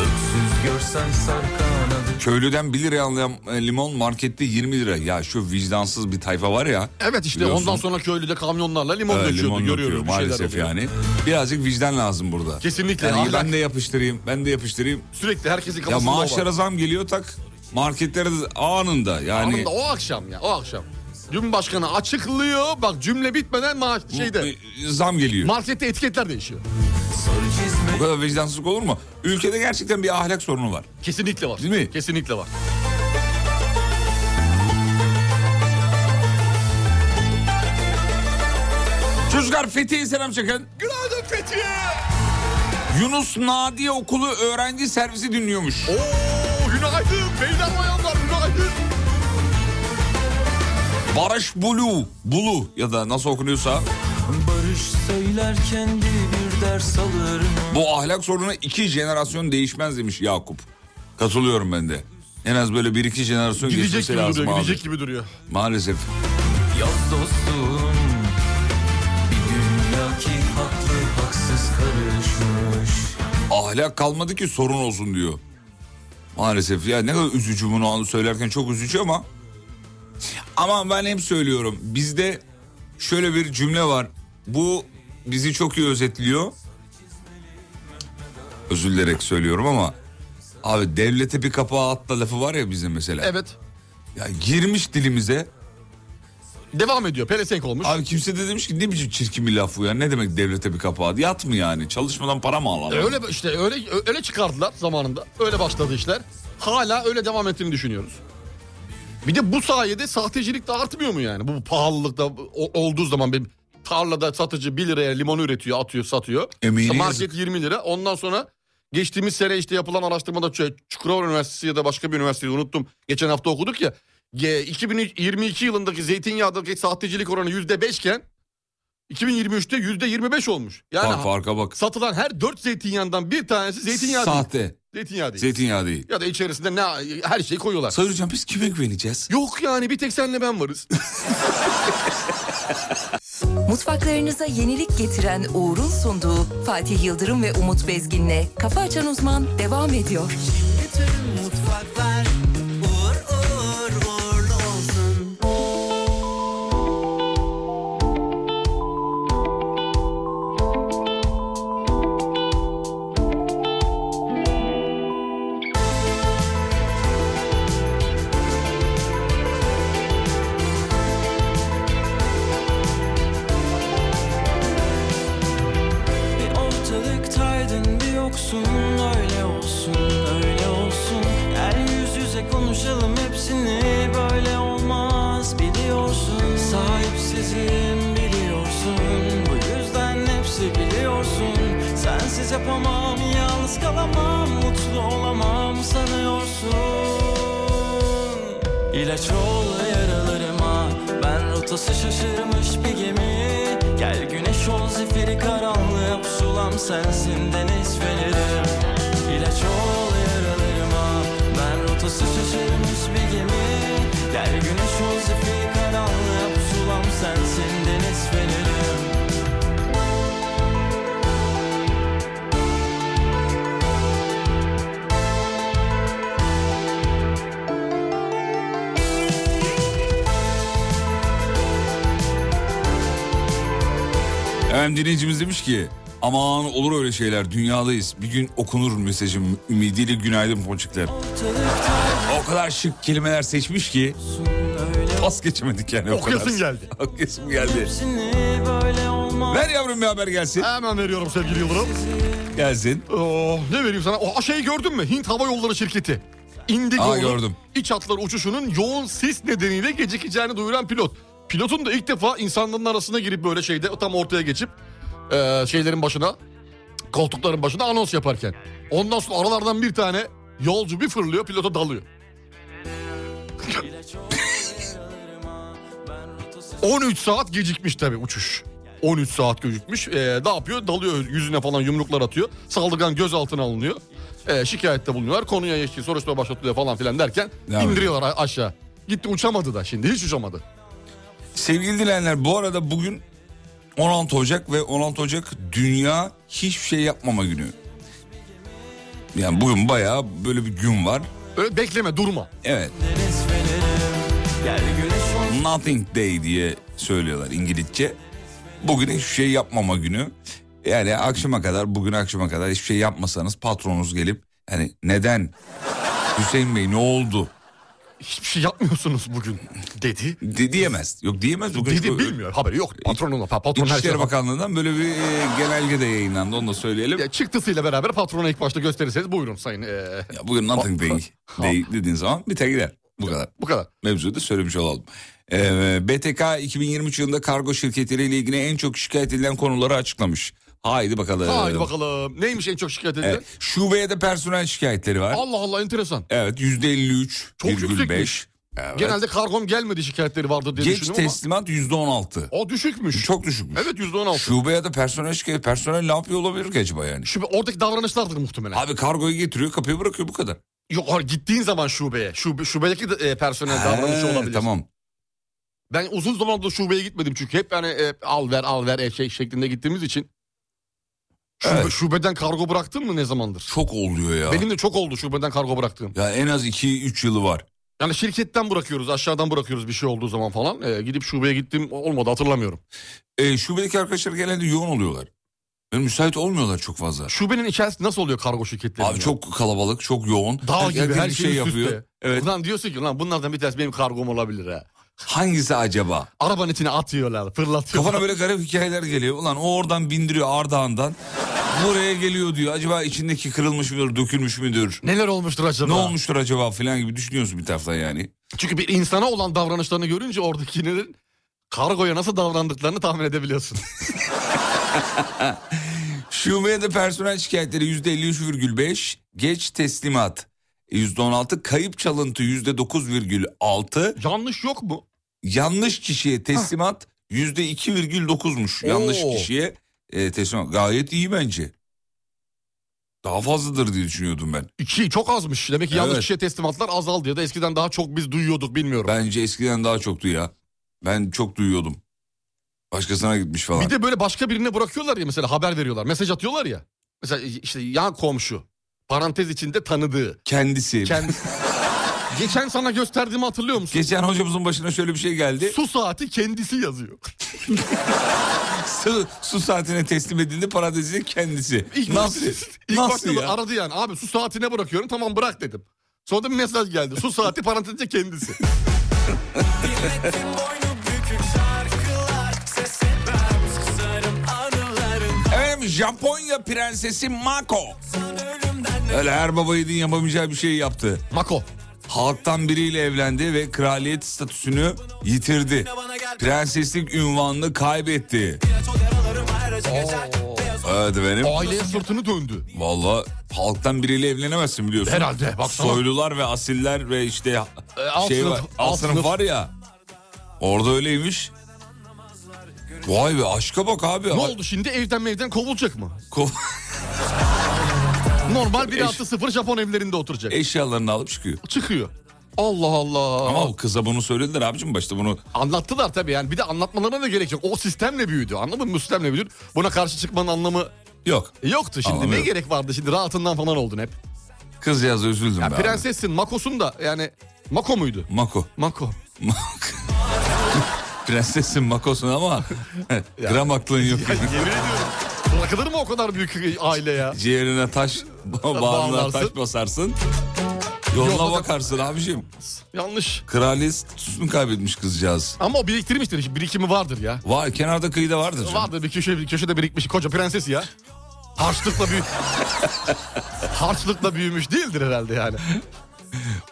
Öksüz görsen sar kanadı
Köylüden 1 liraya alınan e, limon markette 20 lira. Ya şu vicdansız bir tayfa var ya.
Evet işte
Biliyorsun.
ondan sonra köylüde kamyonlarla
e,
limon döküyordu.
limon
görüyoruz
döküyor
bir şeyler
maalesef
oluyor.
yani. Birazcık vicdan lazım burada.
Kesinlikle,
Yani
ahlak.
ben de yapıştırayım, ben de yapıştırayım.
Sürekli herkesin
Ya
kafasında o
maaşlara
var.
zam geliyor tak marketlere de anında yani.
Anında o akşam ya o akşam. Cumhurbaşkanı açıklıyor. Bak cümle bitmeden maaş şeyde.
e, Zam geliyor.
Markette etiketler değişiyor.
Sarı çizme
Bu kadar vicdansızlık olur mu? Ülkede gerçekten bir ahlak sorunu var.
Kesinlikle var.
Değil mi?
Kesinlikle var.
Çocuklar Fethiye'ye selam çakın.
Günaydın Fethiye.
Yunus Nadiye Okulu öğrenci servisi dinliyormuş.
Oo günaydın. Beyler bayanlar günaydın.
Barış Bulu, Bulu ya da nasıl okunuyorsa
Barış söyler kendi bir ders alır mı?
bu ahlak sorunu iki jenerasyon değişmez demiş Yakup. Katılıyorum ben de. En az böyle bir iki jenerasyon
Gidecek
geçmesi
gibi
lazım
duruyor.
abi.
Gidecek gibi duruyor.
Maalesef.
Yaz dostum Bir dünya ki haklı haksız karışmış
ahlak kalmadı ki sorun olsun diyor. Maalesef ya ne kadar üzücü bunu an- söylerken çok üzücü ama ama ben hep söylüyorum bizde şöyle bir cümle var. Bu bizi çok iyi özetliyor. Özür dilerek söylüyorum ama abi devlete bir kapağı atla lafı var ya bizim mesela.
Evet.
Ya girmiş dilimize.
Devam ediyor. Pelesenk olmuş.
Abi kimse de demiş ki ne biçim çirkin bir laf bu ya. Ne demek devlete bir kapağı? Yat mı yani? Çalışmadan para mı alalım?
Öyle işte öyle öyle çıkardılar zamanında. Öyle başladı işler. Hala öyle devam ettiğini düşünüyoruz. Bir de bu sayede sahtecilik de artmıyor mu yani? Bu pahalılık da o- olduğu zaman bir tarlada satıcı 1 liraya limonu üretiyor, atıyor, satıyor.
Emeğine
İşte
E, yazık.
market 20 lira. Ondan sonra geçtiğimiz sene işte yapılan araştırmada Ç- Çukurova Üniversitesi ya da başka bir üniversiteyi unuttum. Geçen hafta okuduk ya. Ge- 2022 yılındaki zeytinyağındaki sahtecilik oranı %5 iken 2023'te %25 olmuş. Yani
Fark, farka bak.
satılan her dört zeytinyağından bir tanesi zeytinyağı değil.
Sahte.
Zeytinyağı değil.
Zeytinyağı değil.
ya da içerisinde ne her şeyi koyuyorlar.
Sayın hocam biz kime güveneceğiz?
Yok yani bir tek senle ben varız.
Mutfaklarınıza yenilik getiren Uğur'un sunduğu Fatih Yıldırım ve Umut Bezgin'le Kafa Açan Uzman devam ediyor.
Bir ortalıktaydın bir yoksun Öyle olsun öyle olsun Her yüz yüze konuşalım hepsini Böyle olmaz biliyorsun Sahipsizim biliyorsun Bu yüzden hepsi biliyorsun Sensiz yapamam yalnız kalamam Mutlu olamam sanıyorsun İlaç ol yaralarıma Ben rotası şaşırmış bir gemi Gel güneş ol zifiri karanlığı Pusulam sensin deniz fenerim İlaç ol yaralarıma Ben rotası şaşırmış bir gemi Gel güneş ol zifiri karanlığı Pusulam sensin deniz fenerim
Efendim dinleyicimiz demiş ki aman olur öyle şeyler dünyadayız. Bir gün okunur mesajım ümidiyle günaydın ponçikler. O kadar şık kelimeler seçmiş ki pas geçemedik yani o kadar.
Okuyasın geldi.
Okuyasım geldi.
Seni böyle olmaz
Ver yavrum bir haber gelsin.
Hemen veriyorum sevgili Yıldırım.
Gelsin.
Oh, ne vereyim sana? O şeyi gördün mü? Hint Hava Yolları şirketi. Indigo'nun
Aa, gördüm.
iç hatları uçuşunun yoğun sis nedeniyle gecikeceğini duyuran pilot. Pilotun da ilk defa insanların arasına girip böyle şeyde tam ortaya geçip eee, şeylerin başına koltukların başına anons yaparken. Ondan sonra aralardan bir tane yolcu bir fırlıyor pilota dalıyor. 13 saat gecikmiş tabii uçuş. 13 saat gecikmiş. Ee, ne yapıyor? Dalıyor yüzüne falan yumruklar atıyor. Saldırgan gözaltına alınıyor. Ee, şikayette bulunuyorlar. Konuya ilişkin soruşturma başlatılıyor falan filan derken
Devam
indiriyorlar a- aşağı. Gitti uçamadı da şimdi hiç uçamadı.
Sevgili dinleyenler bu arada bugün 16 Ocak ve 16 Ocak Dünya Hiçbir Şey Yapmama Günü. Yani bugün bayağı böyle bir gün var.
Öyle bekleme durma.
Evet.
deniz fenerim Gel güneş ol
Nothing Day diye söylüyorlar İngilizce. Bugün hiçbir şey yapmama günü. Yani akşama kadar, bugün akşama kadar hiçbir şey yapmasanız patronunuz gelip yani neden Hüseyin Bey ne oldu
Hiçbir şey yapmıyorsunuz bugün dedi.
De- diyemez. Yok diyemez. Bugün
Dedi
şu-
bilmiyor haberi yok. Patronuna patron her
İçişleri
şeye bak.
Bakanlığı'ndan böyle bir e, genelge de yayınlandı onu da söyleyelim.
Ya Çıktısıyla beraber patrona ilk başta gösterirseniz buyurun sayın. ee,
Ya bugün Nothing Day, Day dediğin zaman biter gider. Bu kadar.
bu kadar.
mevzuyu da söylemiş olalım. Ee, BTK 2023 yılında kargo şirketleriyle ilgili en çok şikayet edilen konuları açıklamış. Haydi bakalım.
Haydi bakalım. Neymiş en çok şikayet edilen?
Evet. Şubeye de personel şikayetleri var.
Allah Allah enteresan.
Evet yüzde 53
Çok yüksekmiş.
Evet.
Genelde kargom gelmedi şikayetleri vardı diye
Geç
düşündüm ama-
teslimat yüzde 16.
O düşükmüş.
Çok düşükmüş.
Evet yüzde on altı.
Şubeye de personel şikayet. Personel ne yapıyor olabilir ki acaba yani?
Şube, oradaki davranışlardır muhtemelen.
Abi kargoyu getiriyor kapıya bırakıyor bu kadar.
Yok hayır, gittiğin zaman şubeye. Şube, şubedeki de, e, personel davranışı
He,
olabilir.
Tamam.
Ben uzun hani, zamandır şubeye gitmedim çünkü hep yani e, al ver al ver e, şey şeklinde gittiğimiz için. Şube-
Evet.
Şubeden kargo bıraktın mı ne zamandır?
Çok oluyor ya.
Benim de çok oldu şubeden kargo bıraktığım.
Ya en az 2-3 yılı var.
Yani şirketten bırakıyoruz aşağıdan bırakıyoruz bir şey olduğu zaman falan. Ee, gidip şubeye gittim olmadı hatırlamıyorum.
E, şubedeki arkadaşlar genelde yoğun oluyorlar. Yani müsait olmuyorlar çok fazla.
Şubenin içerisinde nasıl oluyor kargo şirketleri?
Abi çok kalabalık, çok yoğun.
Dağ
Herkes
gibi her
bir
şey üst yapıyor. üste.
Evet.
Ulan diyorsun ki lan bunlardan bir tanesi benim kargom olabilir ha.
Hangisi acaba?
Arabanın içine atıyorlar fırlatıyorlar.
Kafana böyle garip hikayeler geliyor. Ulan o oradan bindiriyor Ardahan'dan. Buraya geliyor diyor. Acaba içindeki kırılmış mıdır, dökülmüş müdür?
Neler olmuştur acaba?
Ne olmuştur acaba falan gibi düşünüyorsun bir taraftan yani.
Çünkü bir insana olan davranışlarını görünce oradakilerin kargoya nasıl davrandıklarını tahmin edebiliyorsun.
Şubeye de personel şikayetleri %53,5 geç teslimat. %16 kayıp çalıntı %9,6
Yanlış yok mu?
yanlış kişiye teslimat %2,9'muş.
Oo.
Yanlış kişiye e, teslimat. Gayet iyi bence. Daha fazladır diye düşünüyordum ben.
İki çok azmış. Demek ki yanlış
Evet.
kişiye teslimatlar azaldı ya da eskiden daha çok biz duyuyorduk bilmiyorum.
Bence eskiden daha çoktu ya. Ben çok duyuyordum. Başkasına gitmiş falan.
Bir de böyle başka birine bırakıyorlar ya mesela haber veriyorlar. Mesaj atıyorlar ya. Mesela işte yan komşu. Parantez içinde tanıdığı.
Kendisi.
Kendi... Geçen sana gösterdiğimi hatırlıyor musun?
Geçen hocamızın başına şöyle bir şey geldi.
Su saati kendisi yazıyor.
Su, su saatine teslim edildi parantezinde kendisi. Nasıl?
İlk
Nasıl
başta
ya?
aradı yani. Abi su saatine bırakıyorum tamam bırak dedim. Sonra da bir mesaj geldi. Su saati parantezde kendisi.
Milletin boynu bükük şarkılar Ses etmez kızarım anılarım
Efendim Japonya prensesi Mako.
Sen ölümden
Öyle her baba yiğidin yapamayacağı bir şey yaptı.
Mako.
Halktan biriyle evlendi ve kraliyet statüsünü yitirdi.
bana gel
Prenseslik ünvanını kaybetti.
Bilet o yaralarıma her acı geçer
Evet benim.
Aileye sırtını döndü.
Valla halktan biriyle evlenemezsin biliyorsun.
Herhalde, baksana.
Soylular ve asiller ve işte
alt
şey
sınıf,
var, alt
alt
sınıf
sınıf.
var ya. Orada öyleymiş. Vay be aşka bak abi.
Ne
Ay-
oldu şimdi evden mevden kovulacak mı?
Ko-
Normal bir artı sıfır Japon evlerinde oturacak.
Eşyalarını alıp çıkıyor.
Çıkıyor. Allah Allah.
Ama o kıza bunu söylediler abicim başta bunu.
Anlattılar tabii yani bir de anlatmalarına da gerek yok. O sistemle büyüdü anladın mı? Bu Sistemle büyüdü. Buna karşı çıkmanın anlamı
Yok.
yoktu şimdi.
Anlamı
ne
yok.
gerek vardı şimdi rahatından falan oldun hep.
Kız yazdı üzüldüm
Ya
be abi.
prensessin Makosun da yani Mako muydu?
Mako.
Mako.
Mak- Prensesin makosun ama gram aklın yok.
Yemin ediyorum. Bırakılır mı o kadar büyük aile ya?
Ciğerine taş, bağrına
Bağlarsın.
taş basarsın. Yoluna
Yoluna da-
bakarsın abicim.
Yanlış.
Kraliyet statüsünü kaybetmiş kızcağız.
Ama o biriktirmiştir. Birikimi vardır ya.
Var kenarda kıyıda vardır. canım.
Vardır bir köşe bir köşede birikmiş koca prenses ya. Harçlıkla büyü Harçlıkla büyümüş değildir herhalde yani.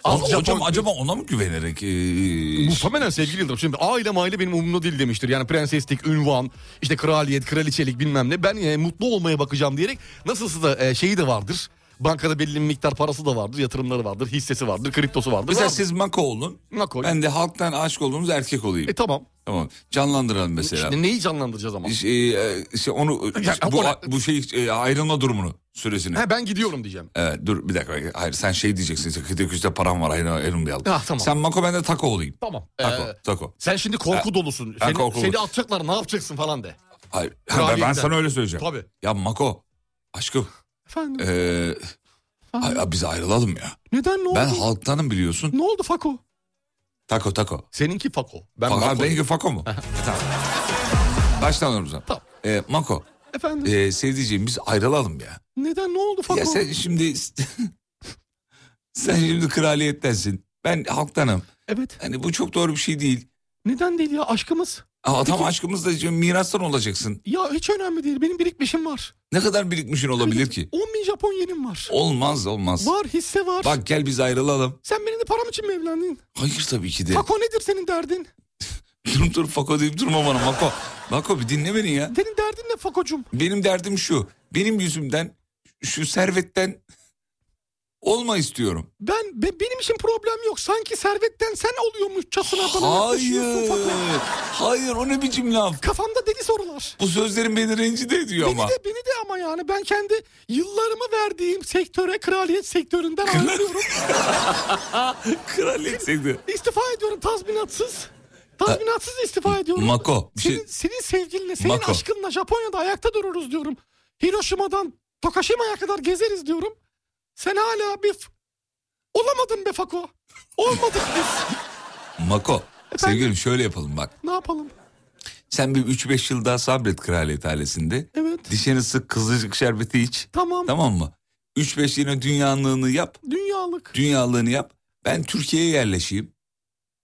Ama
Az
hocam
Japon-
acaba ona mı güvenerek? ee,
Muhtemelen sevgili Yıldırım şimdi aile maile benim umurumda değil demiştir. Yani prenseslik, ünvan, işte kraliyet, kraliçelik bilmem ne. Ben e, mutlu olmaya bakacağım diyerek nasılsa da e, şeyi de vardır. Bankada belli bir miktar parası da vardır, yatırımları vardır, hissesi vardır, kriptosu vardır.
mesela
Vardır.
siz mako olun.
Mako.
Ben de halktan aşık olduğunuz erkek olayım.
E tamam.
Tamam. Canlandıralım mesela.
Şimdi neyi canlandıracağız ama?
Şey, ee, şey, onu
Ya,
bu,
ona-
bu şey ee, ayrılma durumunu süresini.
He ben gidiyorum diyeceğim.
Evet, dur bir dakika. Hayır sen şey diyeceksin. Kıdeküste param var. Hayır ayrılmayalım.
Ah, tamam.
Sen Mako ben de Tako olayım.
Tamam. Ee,
Tako. tako.
sen şimdi korku dolusun.
ben
Seni,
korku-
seni atacaklar ne yapacaksın falan de.
Hayır. Ha, ben- ben,
Kraliyetten.
sana öyle söyleyeceğim.
Tabii.
Ya Mako aşkım.
Efendim
Ee, ay- ay, biz ayrılalım ya.
neden ne oldu?
Ben halktanım biliyorsun.
Ne oldu Fako?
Tako tako.
Seninki Fako. Ben
Fako,
Mako.
benimki Fako mu? tamam. Baştan alalım o zaman.
Tamam.
Ee, Mako.
Efendim
E, sevdiceğim biz ayrılalım ya.
neden ne oldu Fako?
Ya sen şimdi... sen şimdi kraliyettensin. Ben halktanım.
Evet
Hani bu çok doğru bir şey değil.
neden değil ya aşkımız.
Aa, tam aşkımız da mirastan olacaksın.
Ya hiç önemli değil. Benim birikmişim var.
Ne kadar birikmişin olabilir ki?
10 bin Japon yenim var.
Olmaz olmaz.
Var hisse var.
Bak gel biz ayrılalım.
Sen benimle param için mi evlendin?
Hayır tabii ki de.
Fako nedir senin derdin?
Durum dur Fako deyip durma bana Mako. Mako bir dinle beni ya.
Senin derdin ne Fakocum?
Benim derdim şu. Benim yüzümden şu servetten olma istiyorum.
Ben, be- benim için problem yok. Sanki servetten sen oluyormuşçasına bana yaklaşıyorsun
Hayır.
Fako.
Hayır o ne biçim laf.
Kafamda deli sorular.
Bu sözlerin beni rencide ediyor ama.
Beni de beni de ama yani ben kendi yıllarımı verdiğim sektöre kraliyet sektöründen ayrılıyorum.
Kraliyet sevdi.
istifa ediyorum tazminatsız. Tazminatsız istifa ediyorum.
Mako bir şey
Senin, senin sevgilinle, senin
Mako.
aşkınla Japonya'da ayakta dururuz diyorum. Hiroşima'dan Tokashima'ya kadar gezeriz diyorum. Sen hala bir... f- Olamadın be Fako. Olmadık biz.
Mako sevgilim şöyle yapalım bak.
ne yapalım?
Sen bir 3-5 yıl daha sabret kraliyet ailesinde.
Evet.
Dişini sık kızılcık şerbeti iç.
Tamam.
Tamam mı? 3-5 yine dünyanlığını yap.
Dünyalık.
Dünyalığını yap. Ben Türkiye'ye yerleşeyim.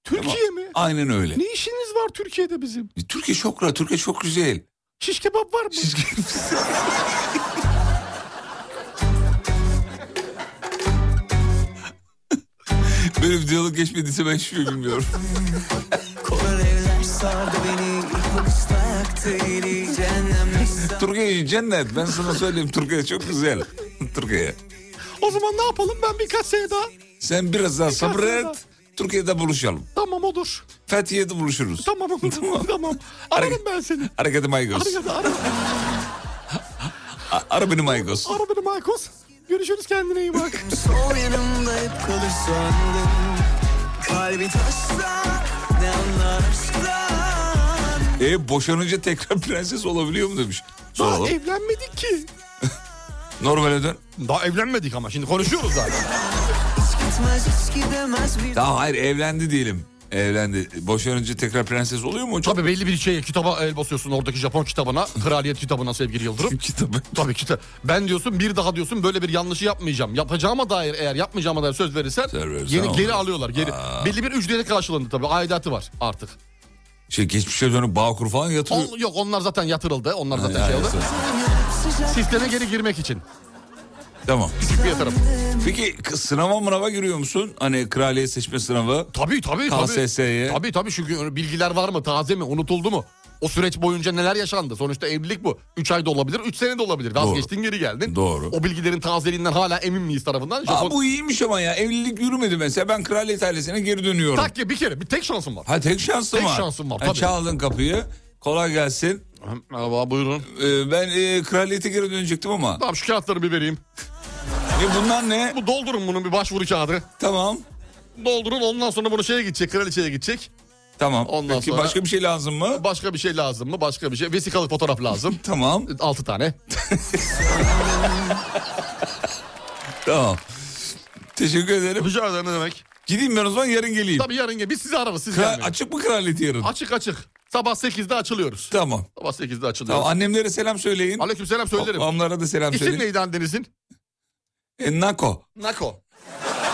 Türkiye mi?
Aynen öyle.
Ne işiniz var Türkiye'de bizim?
Türkiye çok rahat, Türkiye çok güzel.
Şiş kebap var mı?
Böyle bir diyalog geçmediyse ben hiçbir şey bilmiyorum.
Konar evler sardı beni İlk bakışta yaktı eli Cehennemlik
Türkiye cennet. Ben sana söyleyeyim Türkiye çok güzel. Türkiye.
O zaman ne yapalım? Ben birkaç sene daha...
Sen biraz daha sabret. Türkiye'de buluşalım.
Tamam olur.
Fethiye'de buluşuruz.
Tamam. tamam. tamam. Ararım ben seni.
Hareketi Maygos.
Arayın, arayın.
A- Ara beni Maygos.
Ara beni Marcos. Görüşürüz kendine iyi bak.
Sol yanımda hep kalır sandım Kalbi taşla Ne anlar aşktan
E boşanınca tekrar prenses olabiliyor mu demiş.
Daha
Soralım.
evlenmedik ki.
Normale dön.
Daha evlenmedik ama şimdi konuşuyoruz zaten.
Hiç gitmez hiç gidemez bir
Daha hayır evlendi diyelim. Evlendi. Boşanınca tekrar prenses oluyor mu? Çok
Tabii belli bir şeye kitaba el basıyorsun oradaki Japon kitabına. Kraliyet kitabına sevgili Yıldırım.
kitabı.
Tabii kitap. Ben diyorsun bir daha diyorsun böyle bir yanlışı yapmayacağım. Yapacağıma dair eğer yapmayacağıma dair söz verirsen
Söz verirsen
yeni,
olur.
geri alıyorlar. Geri. Belli bir ücrete karşılığında tabii aidatı var artık.
Şey geçmişe dönüp Bağkur falan yatıyor.
On- yok onlar zaten yatırıldı. Onlar zaten
Ha,
şey oldu.
yatıyor.
Sisteme geri girmek için.
Tamam.
Küçük bir yatırım.
Peki k- sınava mınava giriyor musun? Hani kraliyet seçme sınavı.
Tabii tabii tabii.
KSS'ye.
Tabii tabii çünkü bilgiler var mı taze mi unutuldu mu? O süreç boyunca neler yaşandı? Sonuçta evlilik bu. 3 ay da olabilir, 3 sene de olabilir. Vazgeçtin geri geldin.
Doğru.
O bilgilerin tazeliğinden hala emin miyiz tarafından?
Aa,
Japon-
bu iyiymiş ama ya evlilik yürümedi mesela ben kraliyet ailesine geri dönüyorum.
Tak ya bir kere bir tek şansım var.
Ha tek şansım
Tek
var.
şansım var,
Ha,
tabii.
çaldın kapıyı kolay gelsin.
Merhaba buyurun.
Ee, ben e, kraliyete geri dönecektim ama.
Tamam şu kağıtları bir vereyim.
E, bunlar ne?
Bu doldurun bunun bir başvuru kağıdı.
Tamam.
Doldurun ondan sonra bunu şeye gidecek, kraliçeye gidecek.
Tamam.
Ondan
Peki
sonra-
başka bir şey lazım mı?
Başka bir şey lazım mı? Başka bir şey. Vesikalık fotoğraf lazım.
Tamam.
6 tane.
Tamam. Teşekkür ederim.
Rica ederim ne demek?
Gideyim ben o zaman yarın geleyim.
Tabii yarın gel. Biz sizi ararız siz
Kra-
gelmeyin.
açık mı kraliyet yarın?
Açık açık. Sabah 8'de açılıyoruz.
Tamam.
Sabah 8'de açılıyoruz.
Tamam, Annemlere selam söyleyin.
Aleykümselam söylerim.
Babamlara da selam
İsim
söyleyin.
neydi annenizin?
E, Nako.
Nako.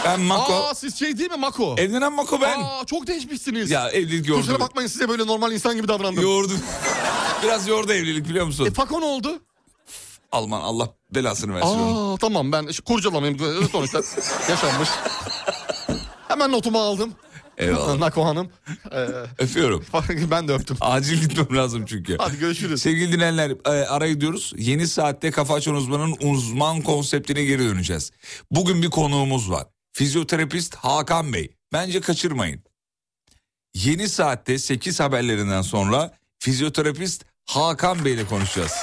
Ben Mako.
Aa siz şey değil mi Mako?
Evlenen Mako ben.
Aa çok değişmişsiniz.
Ya evlilik yordu.
Kusura bakmayın size böyle normal insan gibi davrandım.
Yordu. Biraz yordu evlilik biliyor musun?
E Fako ne oldu?
Alman Allah belasını versin onun.
Aa tamam ben şu- kurcalamayayım Ee, sonuçta yaşanmış. Hemen notumu aldım.
Eyvallah.
Nako Hanım. Ee,
Öpüyorum.
ben de öptüm.
Acil gitmem lazım çünkü.
Hadi görüşürüz.
Sevgili dinleyenler e, ara gidiyoruz. Yeni saatte Kafa Açan Uzman'ın uzman konseptine geri döneceğiz. Bugün bir konuğumuz var. Fizyoterapist Hakan Bey. Bence kaçırmayın. Yeni saatte 8 haberlerinden sonra fizyoterapist Hakan Bey ile konuşacağız.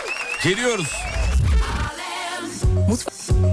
Geliyoruz.
Mutf-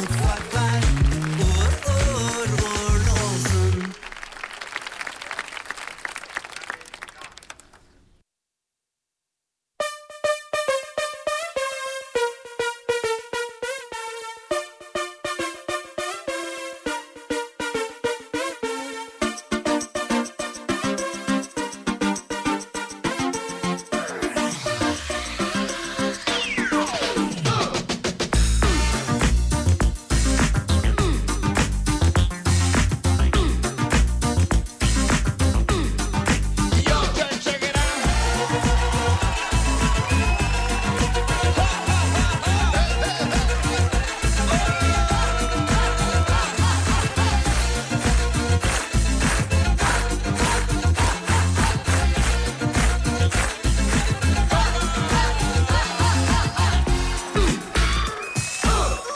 mutfaklar Uğur uğur uğurlu olsun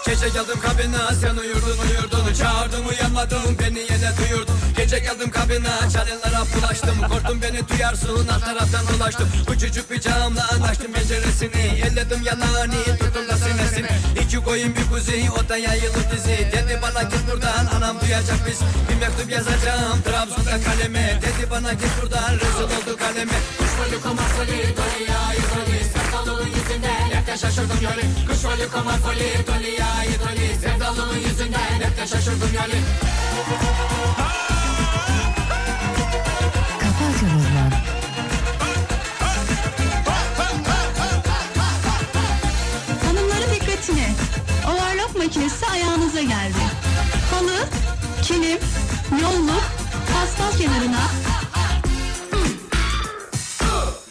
Gece geldim kabine sen uyurdun uyurdun Çağırdım uyanmadın beni yine duyurdun Gece geldim kabine çalenlere bulaştım Korktun beni duyarsın her taraftan dolaştım Küçücük bir camla açtım penceresini Elledim yanağını tuttum da sinesini İki koyun bir kuzi odaya yayılır dizi Dedi bana git buradan anam duyacak biz Bir mektup yazacağım Trabzon'da kara kaleme Dedi bana git buradan rezil oldu kaleme
Kafa Açan Uzman.
Hanımların dikkatine. Overlock makinesi ayağınıza geldi. Halı, kilim, yolluk, paspas kenarına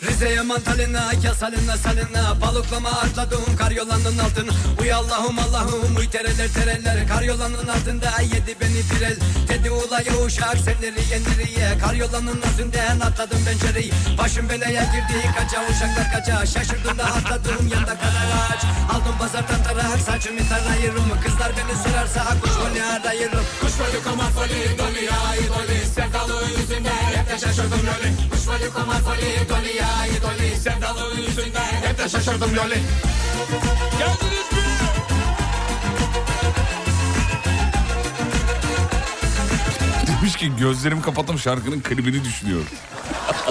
Rize'ye mantalina, yasalina salina Balıklama atladım karyolanın altın Uy Allah'ım Allah'ım uy tereler tereller Karyolanın altında yedi beni direl Dedi ulaya uşak senleri yeniriye Karyolanın üstünden atladım pencereyi Başım belaya girdi kaça uşaklar kaça Şaşırdım da atladım yanda kadar aç Aldım pazardan tarak saçımı tarayırım Kızlar beni sorarsa kuş beni arayırım Kuş balık ama foli dolia idoli Sevdalı yüzünden hep de şaşırdım yolu Kuş balık ama foli dolia idoli Sevdalı yüzünden hep de şaşırdım yolu
Demiş ki gözlerimi kapatıp şarkının klibini düşünüyorum.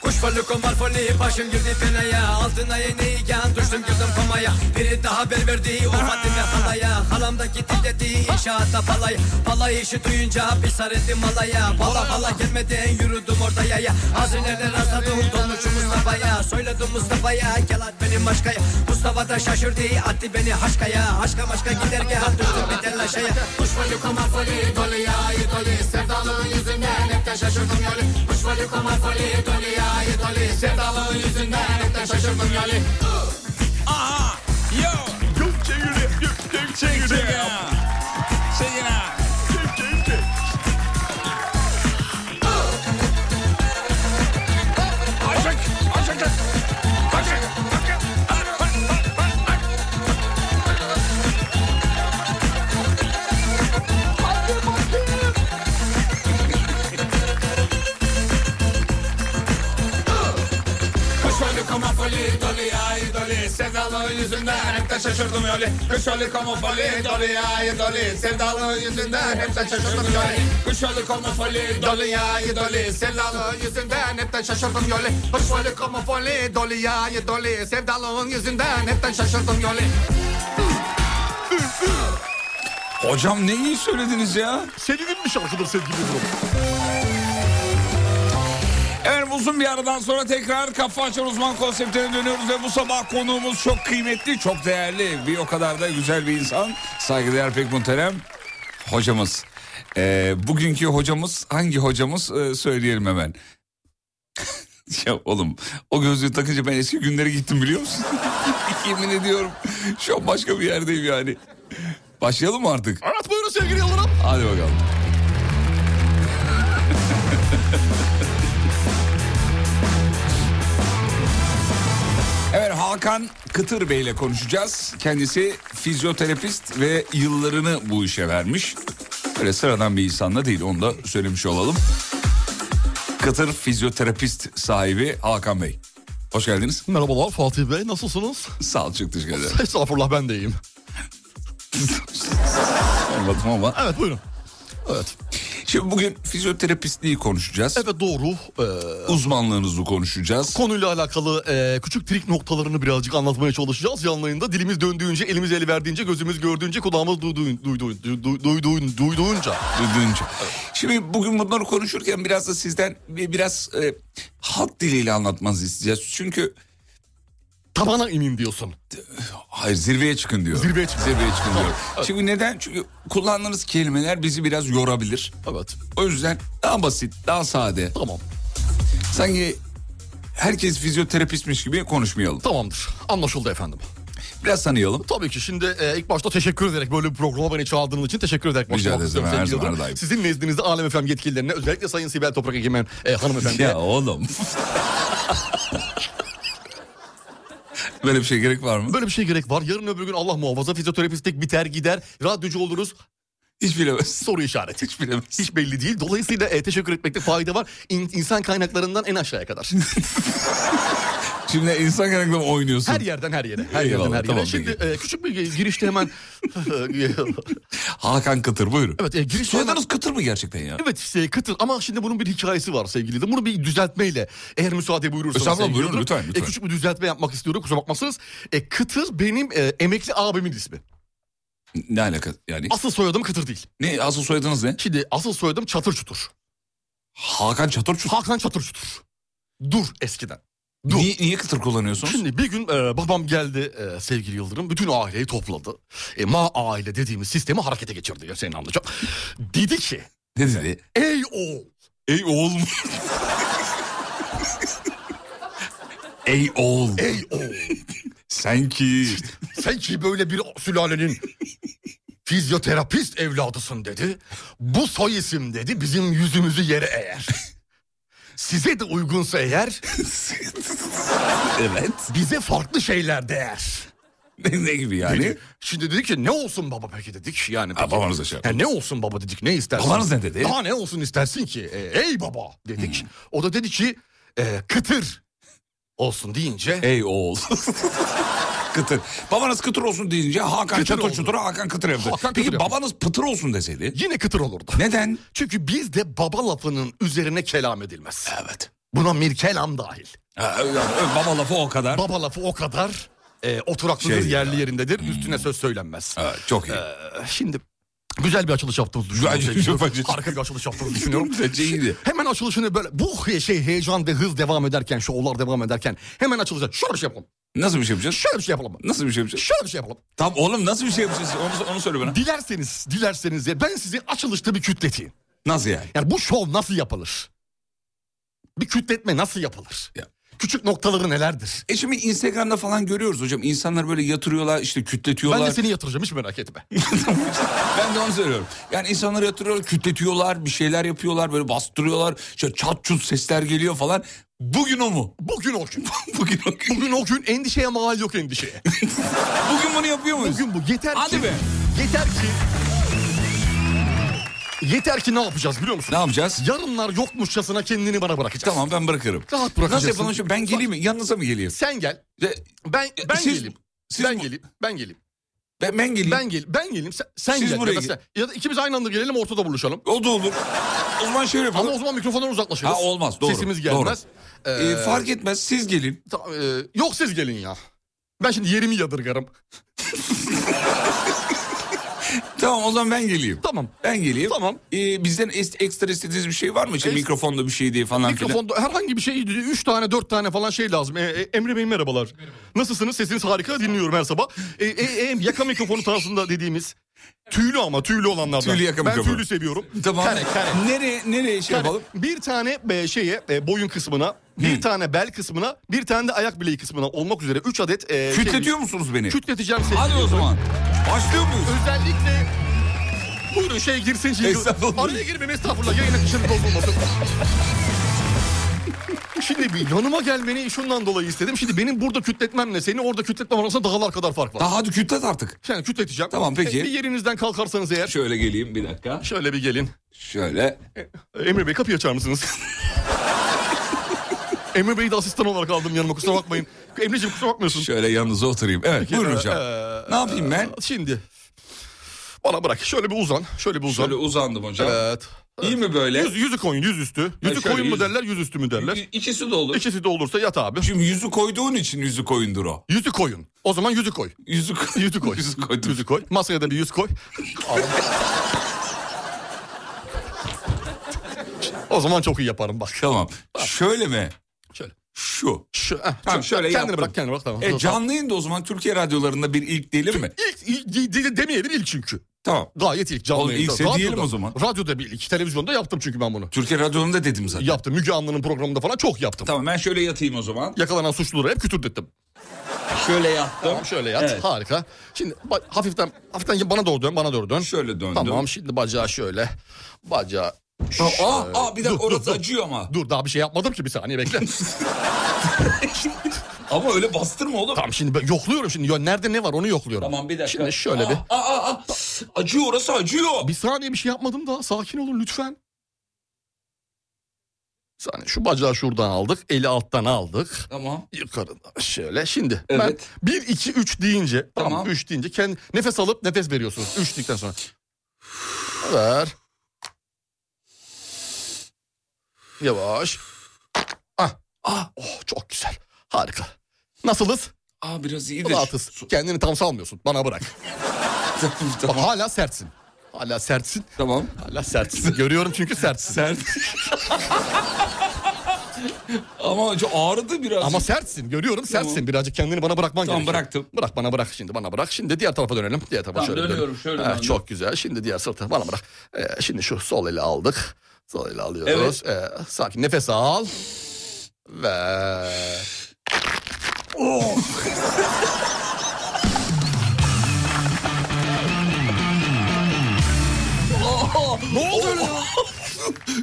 Kuş balık ama foli başım girdi penaya Altına yeniyken düştüm girdim komaya Biri daha haber verdi o Fatime halaya Halamdaki dedi inşaatta palay Palay işi duyunca bir sarıldım alaya Pala pala gelmeden yürüdüm orada yaya Hazineler rastladım dolmuşum Mustafa'ya Söyledim Mustafa'ya gel at beni maşkaya Mustafa da şaşırdı attı beni haşkaya Haşka maşka gider ki hat düştüm bir telaşaya Kuş balık ama foli dolu ya idoli Sevdalı yüzünden hep de şaşırdım yolu Kuş balık ama foli dolu ya idoli Sevdalı yüzünden hep de şaşırdım yolu
Hocam ne iyi söylediniz ya.
Sevgilim mi şarkıdır sevgilim bu?
Efendim uzun bir aradan sonra tekrar Kafa Açan Uzman konseptine dönüyoruz ve bu sabah konuğumuz çok kıymetli, çok değerli, bir o kadar da güzel bir insan. Saygıdeğer pek muhterem hocamız. Ee, bugünkü hocamız hangi hocamız Ee, söyleyelim hemen. ya oğlum o gözlüğü takınca ben eski günlere gittim biliyor musun? Yemin ediyorum şu an başka bir yerdeyim yani. Başlayalım mı artık?
Arat buyurun sevgili Yıldırım.
Hadi bakalım. Evet Hakan Kıtır Bey ile konuşacağız. Kendisi fizyoterapist ve yıllarını bu işe vermiş. Öyle sıradan bir insanla değil onu da söylemiş olalım. Kıtır fizyoterapist sahibi Hakan Bey. Hoş geldiniz.
Merhabalar Fatih Bey nasılsınız?
Sağ ol çok teşekkür ederim.
Estağfurullah ben de iyiyim.
Olmadım ama.
Evet buyurun. Evet.
Şimdi bugün fizyoterapistliği konuşacağız.
Evet doğru. Ee,
Uzmanlığınızı konuşacağız.
konuyla alakalı e, küçük trik noktalarını birazcık anlatmaya çalışacağız. Canlı yayında dilimiz döndüğünce, elimiz el verdiğince, gözümüz gördüğünce, kulağımız duyduğun, duyduğun, duyduğun, duyduğun, duyduğunca.
Dördüncü. Şimdi bugün bunları konuşurken biraz da sizden bir- biraz e, halk diliyle anlatmanızı isteyeceğiz. Çünkü
Tabana inin diyorsun.
hayır zirveye çıkın diyor.
Zirveye çıkın.
Zirveye çıkın diyor. Şimdi neden? Çünkü kullandığınız kelimeler bizi biraz yorabilir.
Evet.
O yüzden daha basit, daha sade.
Tamam.
Sanki herkes fizyoterapistmiş gibi konuşmayalım.
Tamamdır. Anlaşıldı efendim.
Biraz tanıyalım.
Tabii ki şimdi e, ilk başta teşekkür ederek böyle bir programa beni çağırdığınız için teşekkür ederek başlamak
ederim,
istiyorum
her
sevgili
zaman
Yıldırım.
aradayım.
Sizin nezdinizde Alem Efem yetkililerine özellikle Sayın Sibel Toprak Egemen e, hanımefendiye
Ya oğlum. Böyle bir şey gerek var mı?
böyle bir şey gerek var. Yarın öbür gün Allah muhafaza fizyoterapistlik biter gider. Radyocu oluruz.
Hiç bilemez.
Soru işareti.
Hiç bilemez.
Hiç belli değil. Dolayısıyla e, teşekkür etmekte fayda var. İn- insan kaynaklarından en aşağıya kadar.
Şimdi insan kaynakları mı oynuyorsun?
Her yerden her yere. Her
Eyvallah,
yerden her yere.
tamam,
Şimdi e, küçük bir girişte hemen...
Hakan Kıtır buyurun.
evet e, girişte hemen...
Soyadınız Kıtır mı gerçekten ya?
Evet işte kıtır ama şimdi bunun bir hikayesi var sevgili dinleyiciler. Bunu bir düzeltmeyle eğer müsaade buyurursanız.
Estağfurullah,
sevgili
buyurun,
dinleyiciler.
lütfen, lütfen.
E, küçük bir düzeltme yapmak istiyorum kusura bakmazsınız. E, kıtır benim e, emekli abimin ismi.
Ne alaka yani?
Asıl soyadım kıtır değil.
Ne asıl soyadınız ne?
Şimdi asıl soyadım çatır çutur.
Hakan Çatorçuk.
Hakan çatır çutur. Dur eskiden. Dur.
Niye, niye kıtır kullanıyorsunuz?
Şimdi bir gün e, babam geldi e, sevgili Yıldırım. Bütün aileyi topladı. E, ma aile dediğimiz sistemi harekete geçirdi. Ya, senin anlayacağın. Dedi ki
Ne dedi?
ey oğul.
Ey oğul mu? Ey oğul.
Ey oğul.
Sen ki
Sen ki böyle bir sülalenin fizyoterapist evladısın dedi. Bu soy isim dedi bizim yüzümüzü yere eğer. Size de uygunsa eğer
evet.
bize farklı şeyler değer.
Ne, ne gibi yani?
Dedi. Şimdi dedi ki ne olsun baba peki dedik. Yani
Ha,
peki-
babanız da şey yaptı.
Ya ne olsun baba dedik ne istersin?
Babanız ne dedi? Hmm.
Daha ne olsun istersin ki? E, ey baba dedik. O da dedi ki e, kıtır olsun deyince
Ey oğul. kıtır. Babanız kıtır olsun deyince Hakan
Kıtır
Çator
oldu.
Çutur'a Hakan Kıtır yaptı.
Hakan
Peki
Kıtır yaptı.
babanız pıtır olsun deseydi?
yine kıtır olurdu.
Neden?
Çünkü bizde baba lafının üzerine kelam edilmez. Evet. Buna mirkelam dahil.
Ha, e, baba lafı o kadar.
Baba lafı o kadar e, oturaklıdır,
Şey,
yerli yerindedir, üstüne söz söylenmez.
Ha, çok iyi.
E, şimdi güzel bir açılış yaptığımızı düşünüyorum.
Bence
sevgili
çok
dostum.
acı-
Harika bir açılış yaptığımızı düşünüyorum.
Bence iyiydi.
Hemen açılışını böyle bu he- şey heyecan ve hız devam ederken, şovlar devam ederken hemen açılışa şöyle bir şey yapalım.
Nasıl bir şey yapacağız?
Şöyle bir şey yapalım.
Nasıl bir şey yapacağız?
Şöyle bir şey yapalım.
Tam oğlum nasıl bir şey yapacağız? Onu, onu söyle bana.
Dilerseniz, dilerseniz ya ben sizi açılışta bir kütleteyim.
Nasıl yani?
Yani bu şov nasıl yapılır? Bir kütletme nasıl yapılır?
Ya.
Küçük noktaları nelerdir?
E şimdi Instagram'da falan görüyoruz hocam. İnsanlar böyle yatırıyorlar işte kütletiyorlar.
Ben de seni yatıracağım hiç merak etme.
Ben de onu söylüyorum. Yani insanları yatırıyorlar, kütletiyorlar, bir şeyler yapıyorlar, böyle bastırıyorlar. İşte çat çut sesler geliyor falan. Bugün o mu?
Bugün o gün.
Bugün o gün.
Bugün o gün endişeye mal yok endişeye.
Bugün bunu yapıyor muyuz?
Bugün bu yeter
Hadi
ki.
be.
Yeter ki. Yeter ki ne yapacağız biliyor musun?
Ne yapacağız?
Yarınlar yokmuşçasına kendini bana bırakacağız.
Tamam ben bırakırım.
Rahat
Nasıl
bırakacaksın.
yapalım? hocam? Ben geleyim mi? Yanınıza mı geleyim?
Sen gel.
E,
Ben ben
siz-
geleyim.
siz
ben
bu-
geleyim. Ben geleyim.
Ben, ben geleyim.
Ben gel. Ben geleyim. Sen, sen
Siz
gel.
buraya
ya, da
gel.
sen- ya da ikimiz aynı anda gelelim ortada buluşalım.
O da olur. O zaman şöyle
Ama o
yapalım.
zaman mikrofondan uzaklaşırız.
Ha, olmaz, doğru,
Sesimiz gelmez.
E,
Ee,
fark etmez siz gelin.
Tamam, e, yok siz gelin ya. Ben şimdi yerimi yadırgarım.
Tamam o zaman ben geleyim.
Tamam.
Ben geleyim.
Tamam.
E, bizden es- ekstra istediğiniz bir şey var mı? İşte
Est-
mikrofonda bir şey diye falan filan.
Mikrofonda herhangi bir şey, üç tane dört tane falan şey lazım. E, e, Emre Bey merhabalar. Nasılsınız? Sesiniz harika dinliyorum her sabah. E, e, e, yaka mikrofonu tarzında dediğimiz. Tüylü ama tüylü olanlardan.
Tüylü yaka
ben
mikrofonu.
tüylü seviyorum.
Tamam.
Kare, kare.
Nereye, nereye şey
Kare.
yapalım?
Bir tane e, şeye e, boyun kısmına, bir tane bel kısmına, bir tane de ayak bileği kısmına olmak üzere üç adet... E, şey-
Ee, Kütletiyor musunuz beni?
Kütleteceğim seni.
Hadi o zaman. Başlıyor muyuz?
Özellikle Buyurun şey girsin jingle.
Estağfurullah.
Araya girmeyin estağfurullah. Yayın akışını bozulmasın. Şimdi bir yanıma gelmeni şundan dolayı istedim. Şimdi benim burada kütletmemle seni orada kütletmem arasında dağlar kadar fark var.
Daha hadi kütlet artık.
Yani kütleteceğim.
Tamam, peki.
E, Bir yerinizden kalkarsanız eğer.
Şöyle geleyim bir dakika.
Şöyle bir gelin.
Şöyle.
E, Emre Bey kapıyı açar mısınız? Emre Bey'i de asistan olarak aldım yanıma kusura bakmayın. Emreciğim kusura bakmıyorsun.
Şöyle yanınıza oturayım. Evet buyurun
e,
hocam.
e,
ne yapayım ben?
Şimdi bana bırak. Şöyle bir uzan. Şöyle bir uzan.
Şöyle uzandım hocam.
Evet.
İyi mi böyle?
Yüz, yüzü koyun, yüz üstü. Yüzü
şöyle
koyun mu
yüz-
derler, yüz üstü mü derler?
İkisi de olur.
İkisi de olursa yat abi.
Şimdi yüzü koyduğun için yüzü koyundur o.
Yüzü koyun. O zaman yüzü koy.
Yüzü, ko-
Yüzü koy.
yüzü koydum.
Yüzü koy. Masaya da bir yüz koy. Al. o zaman çok iyi yaparım bak.
Tamam. Şöyle mi?
Şöyle.
Şu.
Şu, eh,
Tamam,
şu-
şöyle
kendine
yaptım.
bak kendine bak tamam.
E, canlı yayında o zaman Türkiye radyolarında bir ilk diyelim mi?
İlk, ilk, de- demeyelim ilk çünkü.
Tamam.
Gayet ilk canlı
Oğlum
yayında.
ilkse
Radyoda-
diyelim o zaman.
Radyoda bir ilk. Televizyonda yaptım çünkü ben bunu.
Türkiye radyolarında dedim zaten.
Yaptım. Müge Anlı'nın programında falan çok yaptım.
Tamam ben şöyle yatayım o zaman.
Yakalanan suçluları hep kütürdettim.
Şöyle yattım.
Tamam şöyle yat.
Evet.
Harika. Şimdi ba- hafiften hafiften bana doğru dön, bana doğru dön.
Şöyle döndüm.
Tamam şimdi bacağı şöyle. Bacağı
Aa,
şöyle.
aa, aa, bir dakika
Dur,
orası
dur, dur.
acıyor ama.
Dur daha bir şey yapmadım ki bir saniye bekle.
Ama öyle bastırma oğlum.
tamam şimdi ben yokluyorum şimdi. Yo, Nerede ne var onu yokluyorum.
Tamam bir dakika.
Şimdi şöyle
Aa,
bir.
Aa, aa, aa. Acıyor orası acıyor.
Bir saniye bir şey yapmadım daha. Sakin olun lütfen. saniye şu bacağı şuradan aldık. Eli alttan aldık.
Tamam.
Yukarıdan şöyle şimdi.
Evet.
Ben 1 2 3 deyince tamam,
Tamam.
3 deyince kendi nefes alıp nefes veriyorsunuz. 3 dedikten sonra. Ver. Yavaş. Ah. Ah. Oh çok güzel. Harika. Nasılız?
Aa biraz iyidir.
Rahatız. Kendini tam salmıyorsun. Bana bırak.
Tamam,
Bak,
tamam.
hala sertsin. Hala sertsin.
tamam.
Hala sertsin. Görüyorum çünkü sertsin.
Sert. Ama şu ağrıdı biraz.
Ama sertsin. Görüyorum sertsin.
Tamam.
Birazcık kendini bana bırakman
Tamam,
gerekiyor.
bıraktım.
Bırak bana bırak şimdi bana bırak. Şimdi diğer tarafa dönelim. Diğer tarafa
Tamam,
şöyle dönelim.
dönüyorum, şöyle
Evet,
döndüm.
çok güzel. Şimdi diğer tarafa bana bırak. Ee, şimdi şu sol eli aldık. Sol eli alıyoruz. Ee, sakin nefes al. Ve Oh! Ne oldu öyle ya?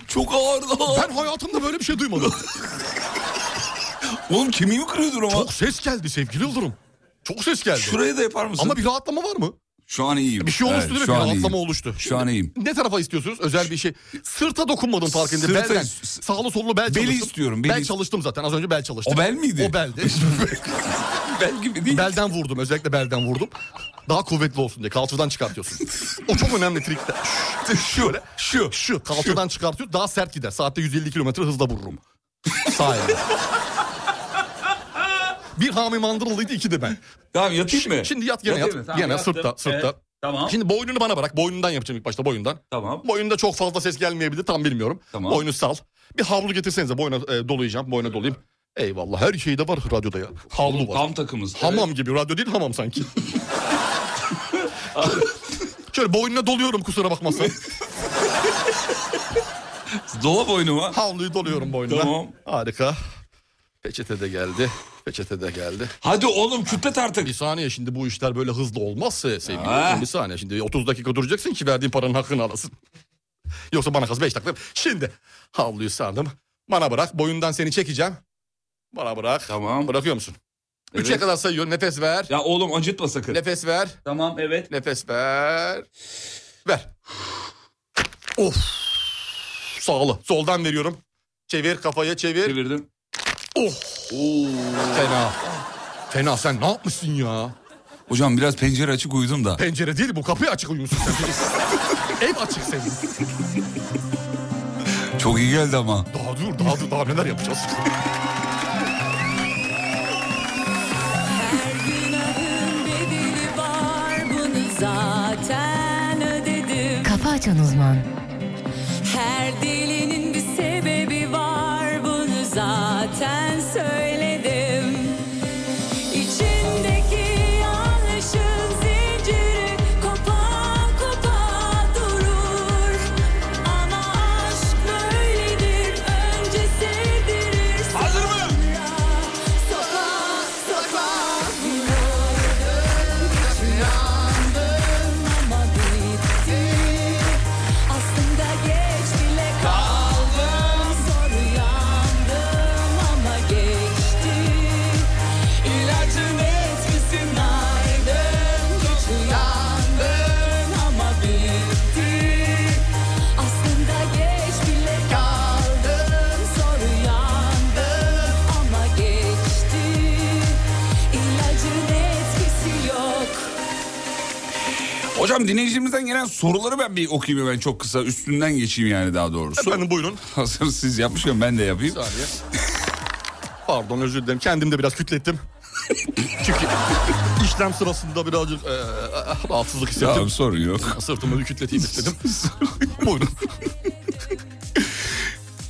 Çok ağırdı.
Ben hayatımda böyle bir şey duymadım.
Oğlum kemiğimi kırıyordun ama.
Çok ses geldi sevgili Yıldırım. Çok ses geldi.
Şurayı da yapar mısın?
Ama bir rahatlama var mı?
Şu an iyiyim.
Bir şey oluştu
Evet,
değil mi?
Şu
Bir
an
rahatlama
iyiyim.
oluştu.
Şu an iyiyim.
Ne tarafa istiyorsunuz? Özel bir şey. Sırta dokunmadım farkında.
Sırta-
Belden. Sağlı sollu bel çalıştım.
istiyorum, beli-
Bel çalıştım zaten. Az önce bel çalıştım.
O bel miydi?
O beldi.
Bel gibi değil.
belden vurdum. Özellikle belden vurdum. Daha kuvvetli olsun diye. Kalçadan çıkartıyorsun. o çok önemli trikte. Şöyle. Şu. Şu. Kalçadan çıkartıyor. Daha sert gider. Saatte 150 kilometre hızla vururum. Sağ elle. Bir Hami Mandırılıydı iki de ben.
Tamam yatayım mı?
Şimdi yat gene
Yatayım
yat.
mı? Tamam,
gene
yattım.
sırtta sırtta.
Evet, tamam.
Şimdi boynunu bana bırak. Boynundan yapacağım ilk başta boyundan.
Tamam.
Boyunda çok fazla ses gelmeyebilir tam bilmiyorum.
Tamam.
Boynu sal. Bir havlu getirsenize boyuna e, dolayacağım. Boyuna dolayayım. Eyvallah her şeyde var radyoda ya. Havlu var.
Tam takımız.
Hamam gibi radyo değil hamam sanki. Şöyle boynuna doluyorum kusura bakmasın.
Evet. Dolap oyunu mu?
Havluyu doluyorum boynuna.
Tamam.
Harika. Peçete de geldi. Peçete de geldi.
Hadi oğlum kütlet artık.
Bir saniye şimdi bu işler böyle hızlı olmazsa sevgili
Ha.
dostum, bir saniye. Şimdi 30 dakika duracaksın ki verdiğin paranın hakkını alasın. Yoksa bana kas 5 dakika. Şimdi havluyu sardım. Bana bırak boyundan seni çekeceğim. Bana bırak.
Tamam.
Bırakıyor musun? 3'e
Evet.
kadar sayıyorum. Nefes ver.
Ya oğlum acıtma sakın.
Nefes ver.
Tamam evet.
Nefes ver. Ver. Of. Sağlı. Soldan veriyorum. Çevir kafaya çevir. Oh.
Çevirdim.
Fena. Fena sen ne yapmışsın ya?
Hocam biraz pencere açık uyudum da.
Pencere değil bu kapıyı açık uyumuşsun sen. Ev açık senin.
Çok iyi geldi ama.
Daha dur daha dur daha neler yapacağız.
Günahın bedeli var bunu zaten ödedim
Kafa açan uzman.
Her delinin bir sebebi var bunu zaten söyledim İçindeki yanlışın zinciri kopa kopa durur Ama aşk böyledir önce sevdirir Hazır mı? Sopa sopa vurur Yandım ama bitti aslında geç bile kaldım Zor uyandım ama geçti İlacın etkisindeydim Geç uyandın ama bitti Aslında geç bile kaldım Zor uyandım ama geçti İlacın etkisi yok
Hocam dinleyicilerimizden gelen soruları ben bir okuyayım ben çok kısa. Üstünden geçeyim yani daha doğrusu.
Efendim buyurun.
Hazır siz yapmışken ben de yapayım.
Saniye. Pardon özür dilerim kendim de biraz kütlettim. Çünkü işlem sırasında birazcık eee, rahatsızlık hissettim.
Tamam sorun yok.
Sırtımı bir kütleteyim istedim. buyurun.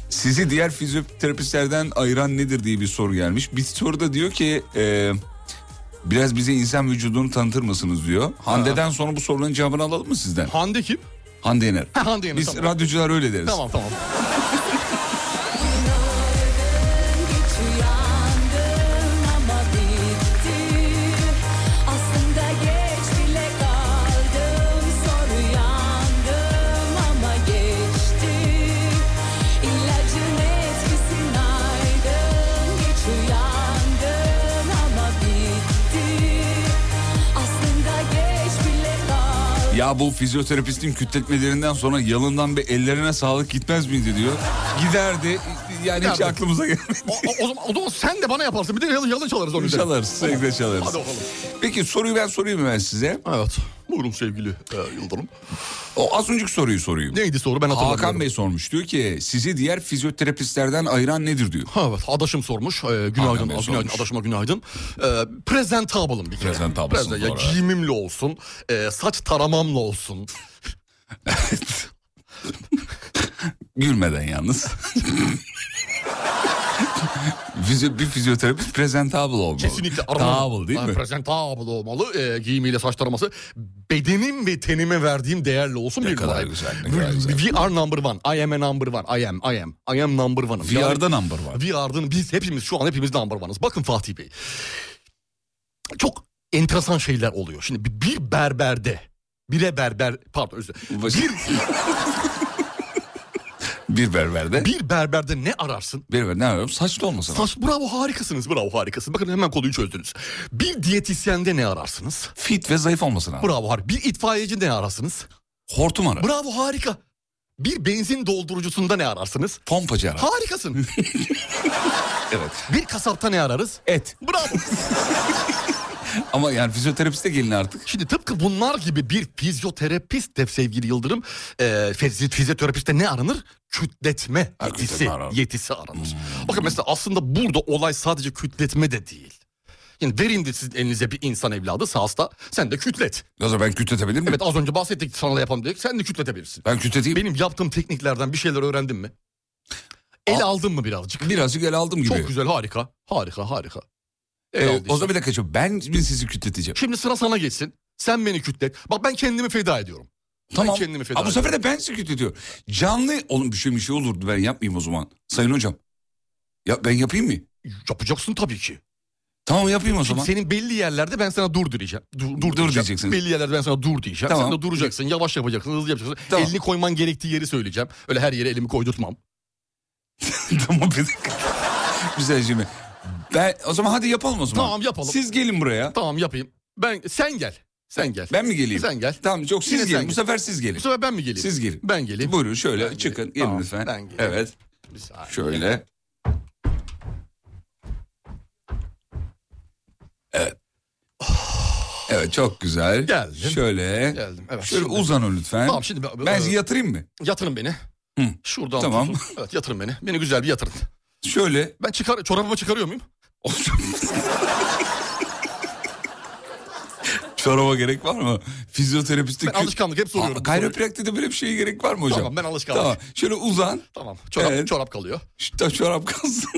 Sizi diğer fizyoterapistlerden ayıran nedir diye bir soru gelmiş. Bir soruda diyor ki e, biraz bize insan vücudunu tanıtır mısınız diyor. Hande'den sonra bu sorunun cevabını alalım mı sizden?
Hande kim?
Hande Yener.
Ha, Hande Yener,
Biz
tamam.
radyocular öyle deriz.
Tamam tamam.
Geç uyandım ama bitti Aslında geç bile kaldım Zor uyandım ama geçti İlacın etkisindeydim Geç uyandım ama bitti Aslında geç bile kaldım
Ya Ya bu fizyoterapistin kütletmelerinden sonra yalından bir ellerine sağlık gitmez miydi diyor. Giderdi. Yani hiç
Giderdi.
aklımıza gelmedi.
O, o- o zaman, o zaman sen de bana yaparsın. Bir de yalı, yalı çalarız onu.
Çalarız, sürekli çalarız.
Hadi bakalım.
Peki soruyu ben sorayım mı ben size.
Evet. Buyurun sevgili e, Yıldırım.
O az önceki soruyu sorayım.
Neydi soru ben hatırlamıyorum.
Hakan Bey sormuş. Diyor ki sizi diğer fizyoterapistlerden ayıran nedir diyor.
Ha, evet adaşım sormuş. Ee,
Hakan
günaydın,
Bey
günaydın
sormuş.
adaşıma günaydın. Ee, presentable'ım bir kere.
Presentable'sın,
Presen- ya
doğru, evet.
giyimimle olsun, e, saç taramamla olsun.
Gülmeden yalnız. Fizyo- bir fizyoterapist presentable olmalı.
Kesinlikle
Table değil
Ha,
mi?
Presentable olmalı. Ee, giyimiyle saç taraması bedenim ve tenime verdiğim değerle olsun.
Ne
bir
kadar
numara.
güzel, ne kadar güzel.
We are number one. I am a number one. I am, I am. I am number one'ım.
We are'da number one.
We are'da- biz hepimiz şu an hepimiz number one'ız. Bakın Fatih Bey. Çok enteresan şeyler oluyor. Şimdi bir- bir berberde, bire berber, pardon özür dilerim.
Bir... bir berberde.
Bir berberde ne ararsın?
Bir berber ne arıyorum? Saçlı olmasın.
Saç bravo harikasınız bravo harikasınız. Bakın hemen konuyu çözdünüz. Bir diyetisyende ne ararsınız?
Fit ve zayıf olmasın abi.
Bravo harika. Bir itfaiyeci ne ararsınız?
Hortum ara.
Bravo harika. Bir benzin doldurucusunda ne ararsınız?
Pompacı ara.
Harikasın.
Evet.
bir kasapta ne ararız?
Et.
Bravo.
Ama yani fizyoterapiste gelin artık.
Şimdi tıpkı bunlar gibi bir fizyoterapist de sevgili Yıldırım e, fizy- fizyoterapiste ne aranır? Kütletme
Ha, kütletme Hmm.
yetisi,
aranır.
yetisi aranır. Bakın mesela aslında burada olay sadece kütletme de değil. Yani verin de siz elinize bir insan evladı sahasta sen de kütlet.
O zaman ben kütletebilir miyim?
Evet az önce bahsettik sana da yapalım dedik sen de kütletebilirsin.
Ben kütleteyim.
Benim yaptığım tekniklerden bir şeyler öğrendin mi? El aldın mı birazcık?
Birazcık el aldım gibi.
Çok güzel harika harika harika. El
Ee,
aldıysan.
o zaman bir dakika. şimdi Ben, ben sizi kütleteceğim.
Şimdi sıra sana geçsin. Sen beni kütlet. Bak ben kendimi feda ediyorum.
Tamam.
Ben kendimi feda
Ha, bu sefer de ben security diyor. Canlı oğlum bir şey bir şey olurdu ben yapmayayım o zaman. Sayın hocam. Ya ben yapayım mı?
Yapacaksın tabii ki.
Tamam yapayım o
Şimdi
zaman.
senin belli yerlerde ben sana dur diyeceğim. Dur, dur, diyeceğim.
diyeceksin.
Belli yerlerde ben sana dur diyeceğim.
Tamam.
Sen de duracaksın. Yavaş yapacaksın. Hızlı yapacaksın.
Tamam.
Elini koyman gerektiği yeri söyleyeceğim. Öyle her yere elimi koydurtmam.
tamam bir dakika. Güzel şimdi. Ben o zaman hadi yapalım o zaman.
Tamam, yapalım.
Siz gelin buraya.
Tamam yapayım. Ben sen gel. Sen gel.
Ben mi geleyim?
Sen gel.
Tamam çok siz
Yine sen
gelin.
gel.
Bu sefer siz gelin.
Bu sefer ben mi geleyim?
Siz gelin.
Ben geleyim.
Buyurun şöyle
Ben
çıkın.
geleyim.
Gelin
Tamam,
lütfen.
ben geleyim.
Evet.
Bir saniye.
Şöyle. Evet. Evet çok güzel.
Geldim.
Şöyle.
Geldim. Evet.
Şöyle
şimdi.
uzan lütfen.
Tamam, şimdi ben-
ben
e,
sizi yatırayım mı?
Yatırın beni.
Hı.
Şuradan
Tamam.
tutun. Evet yatırın beni. Beni güzel bir yatırın.
Şöyle.
Ben çıkar çorabımı çıkarıyor muyum?
Çoraba gerek var mı? Fizyoterapiste
Ben alışkanlık, hep soruyorum.
Aa, Kayropraktide böyle bir şeye gerek var mı hocam?
Tamam, ben alışkanlık.
Tamam. Şöyle uzan.
Tamam. Çorap
Evet.
çorap kalıyor.
Şu da çorap kalsın.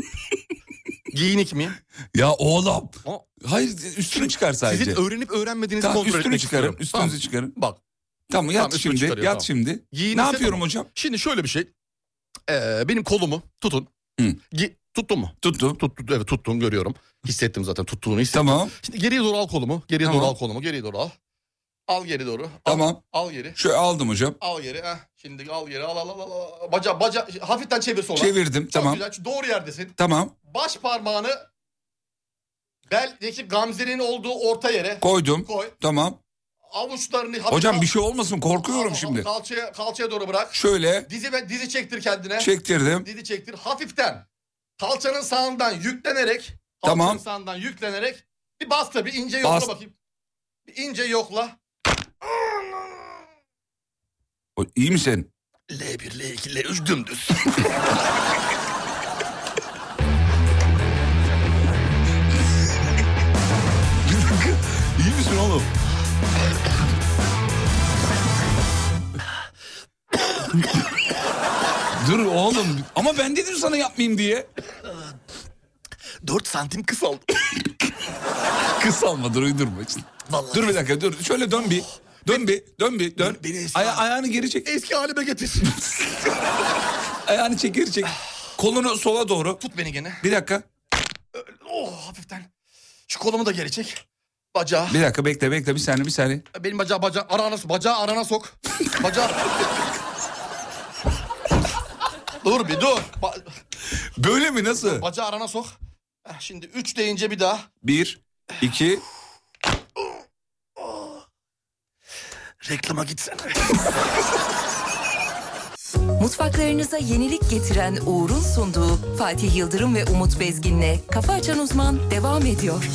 Giyinik miyim?
ya oğlum.
O-
Hayır üstünü çıkar sadece.
Sizin öğrenip öğrenmediğinizi
Tamam,
kontrol
üstünü
etmek
çıkarın.
istiyorum.
Üstünüzü
Tamam.
çıkarın.
Bak
Tamam yat
Tamam, üstünü
şimdi. Yat
çıkarıyor, tamam.
şimdi.
Giyinirse
ne yapıyorum
tamam.
hocam?
Şimdi şöyle bir şey. Ee, benim kolumu tutun.
Hı.
Gi- tuttun mu?
Tuttum.
Tut, tut- evet tuttum görüyorum. Hissettim zaten tuttuğunu hissettim.
Tamam.
Şimdi geriye doğru al kolumu. Geriye
Tamam.
doğru al kolumu. Geriye doğru al. Al geri doğru. Al,
Tamam.
Al geri.
Şöyle aldım hocam.
Al geri. Heh. Şimdi al geri. Al al al. al. Baca baca hafiften çevir sola.
Çevirdim.
Çok
tamam.
güzel. Şu Doğru yerdesin.
Tamam.
Baş parmağını beldeki gamzenin olduğu orta yere
Koydum.
koy.
Tamam.
Avuçlarını hafif
Hocam
kal-
bir şey olmasın korkuyorum şimdi.
Kalçaya kalçaya doğru bırak.
Şöyle
Dizi ve dizi çektir kendine.
çektirdim.
Dizi çektir hafiften. Kalçanın sağından yüklenerek. Kalçanın
Tamam.
sağından yüklenerek. Bir bas tabii ince yokla
Bas.
bakayım. Bir ince yokla.
O- İyi misin?
L1, L2, L3 dümdüz.
İyi misin oğlum? Dur oğlum ama ben dedim sana yapmayayım diye.
4 santim kısaldı.
Kısalma dur uydurma işte.
Vallahi.
Dur bir dakika dur şöyle dön bir. Dön bir dön bir dön.
Beni eski-
Aya- ayağını geri çek.
Eski halime getir.
Ayağını çek geri çek. Kolunu sola doğru.
Tut beni gene.
Bir dakika.
Oh hafiften. Şu kolumu da geri çek. Bacağı.
Bir dakika bekle bekle bir saniye bir saniye.
Benim bacağı bacağı arana, bacağı arana sok. Bacağı. dur bir dur. Ba-
Böyle mi nasıl?
bacağı arana sok. Heh, Şimdi üç deyince bir daha.
Bir, iki,
Reklama gitsene.
Mutfaklarınıza yenilik getiren Uğur'un sunduğu Fatih Yıldırım ve Umut Bezgin'le Kafa Açan Uzman devam ediyor.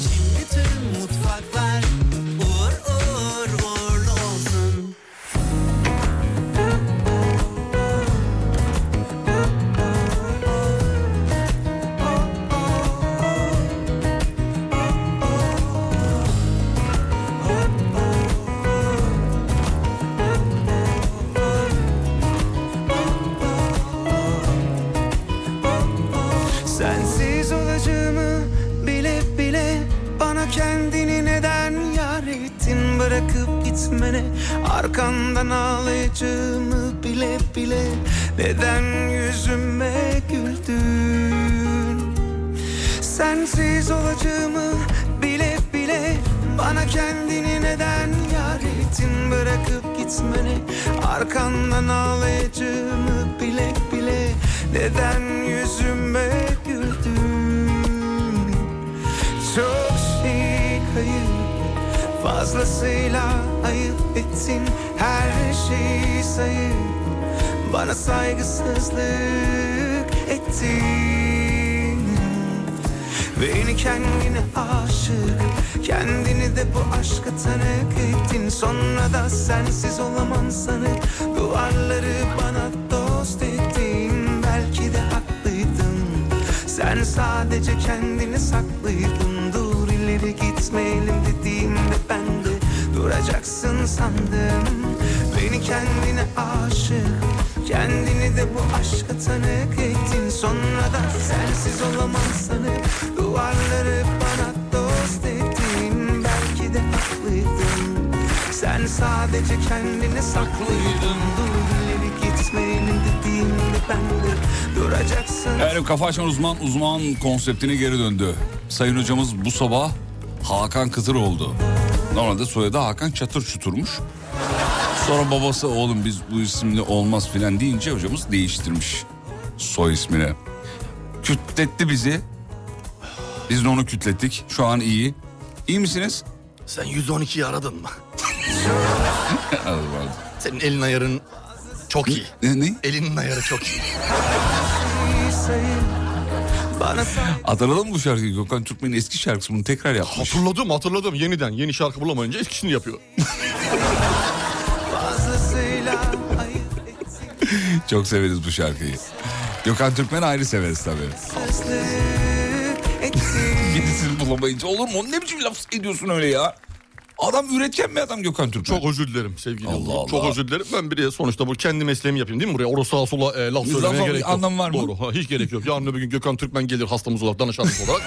Sensiz olacağımı bile bile Bana kendini neden yar ettin Bırakıp gitmene arkandan ağlayacağımı bile bile Neden yüzüme güldün Sensiz olacağımı bile bile Bana kendini neden yar ettin Bırakıp gitmene arkandan ağlayacağımı bile bile Neden yüzüme güldün Çok şey kayıp Fazlasıyla ayıp ettin Her şeyi sayıp Bana saygısızlık ettin Beni kendine aşık Kendini de bu aşka tanık ettin Sonra da sensiz olamam sanıp Duvarları bana dost ettin Belki de haklıydın Sen sadece kendini saklıydın Dur ileri gitmeyelim dediğimde ben de Duracaksın sandım Beni kendine aşık Kendini de bu aşka tanık ettin Sonra da sensiz olamam sanıp Duvarları bana dost ettin Belki de haklıydın Sen sadece kendini saklıydın Dur ileri gitmeyelim dediğimde ben de Duracaksın
Yani kafa açan uzman uzman konseptine geri döndü. Sayın hocamız bu sabah Hakan Kıtır oldu. Normalde soyadı Hakan Çatır Çutur'muş. Sonra babası oğlum biz bu isimle olmaz filan deyince hocamız değiştirmiş soy ismini. Kütletti bizi. Biz de onu kütlettik. Şu an iyi. İyi misiniz?
Sen 112'yi aradın mı?
Allah Allah.
Senin elin ayarın çok iyi.
ne, ne?
Elinin ayarı çok iyi.
Bana
Hatırladın mı bu şarkıyı? Gökhan Türkmen'in eski şarkısı bunu tekrar yapmış.
Hatırladım hatırladım yeniden. Yeni şarkı bulamayınca eskisini yapıyor.
fazlasıyla ayıp ettin
Çok severiz bu şarkıyı. Gökhan Türkmen'i ayrı severiz tabii.
Sızlık ettin
Yenisini bulamayınca olur mu? Ne biçim laf ediyorsun öyle ya? Adam üretken bir adam Gökhan Türkmen.
Çok özür dilerim sevgili
Allah
Allah
Allah.
Çok özür dilerim. Ben bir de sonuçta bu kendi mesleğimi yapayım değil mi buraya? Orası sağa sola e, laf söylemeye
ama
gerek yok.
anlamı var mı?
Doğru. Ha, hiç gerek yok. Yarın öbür gün Gökhan Türkmen gelir hastamız olarak, danışanımız olarak.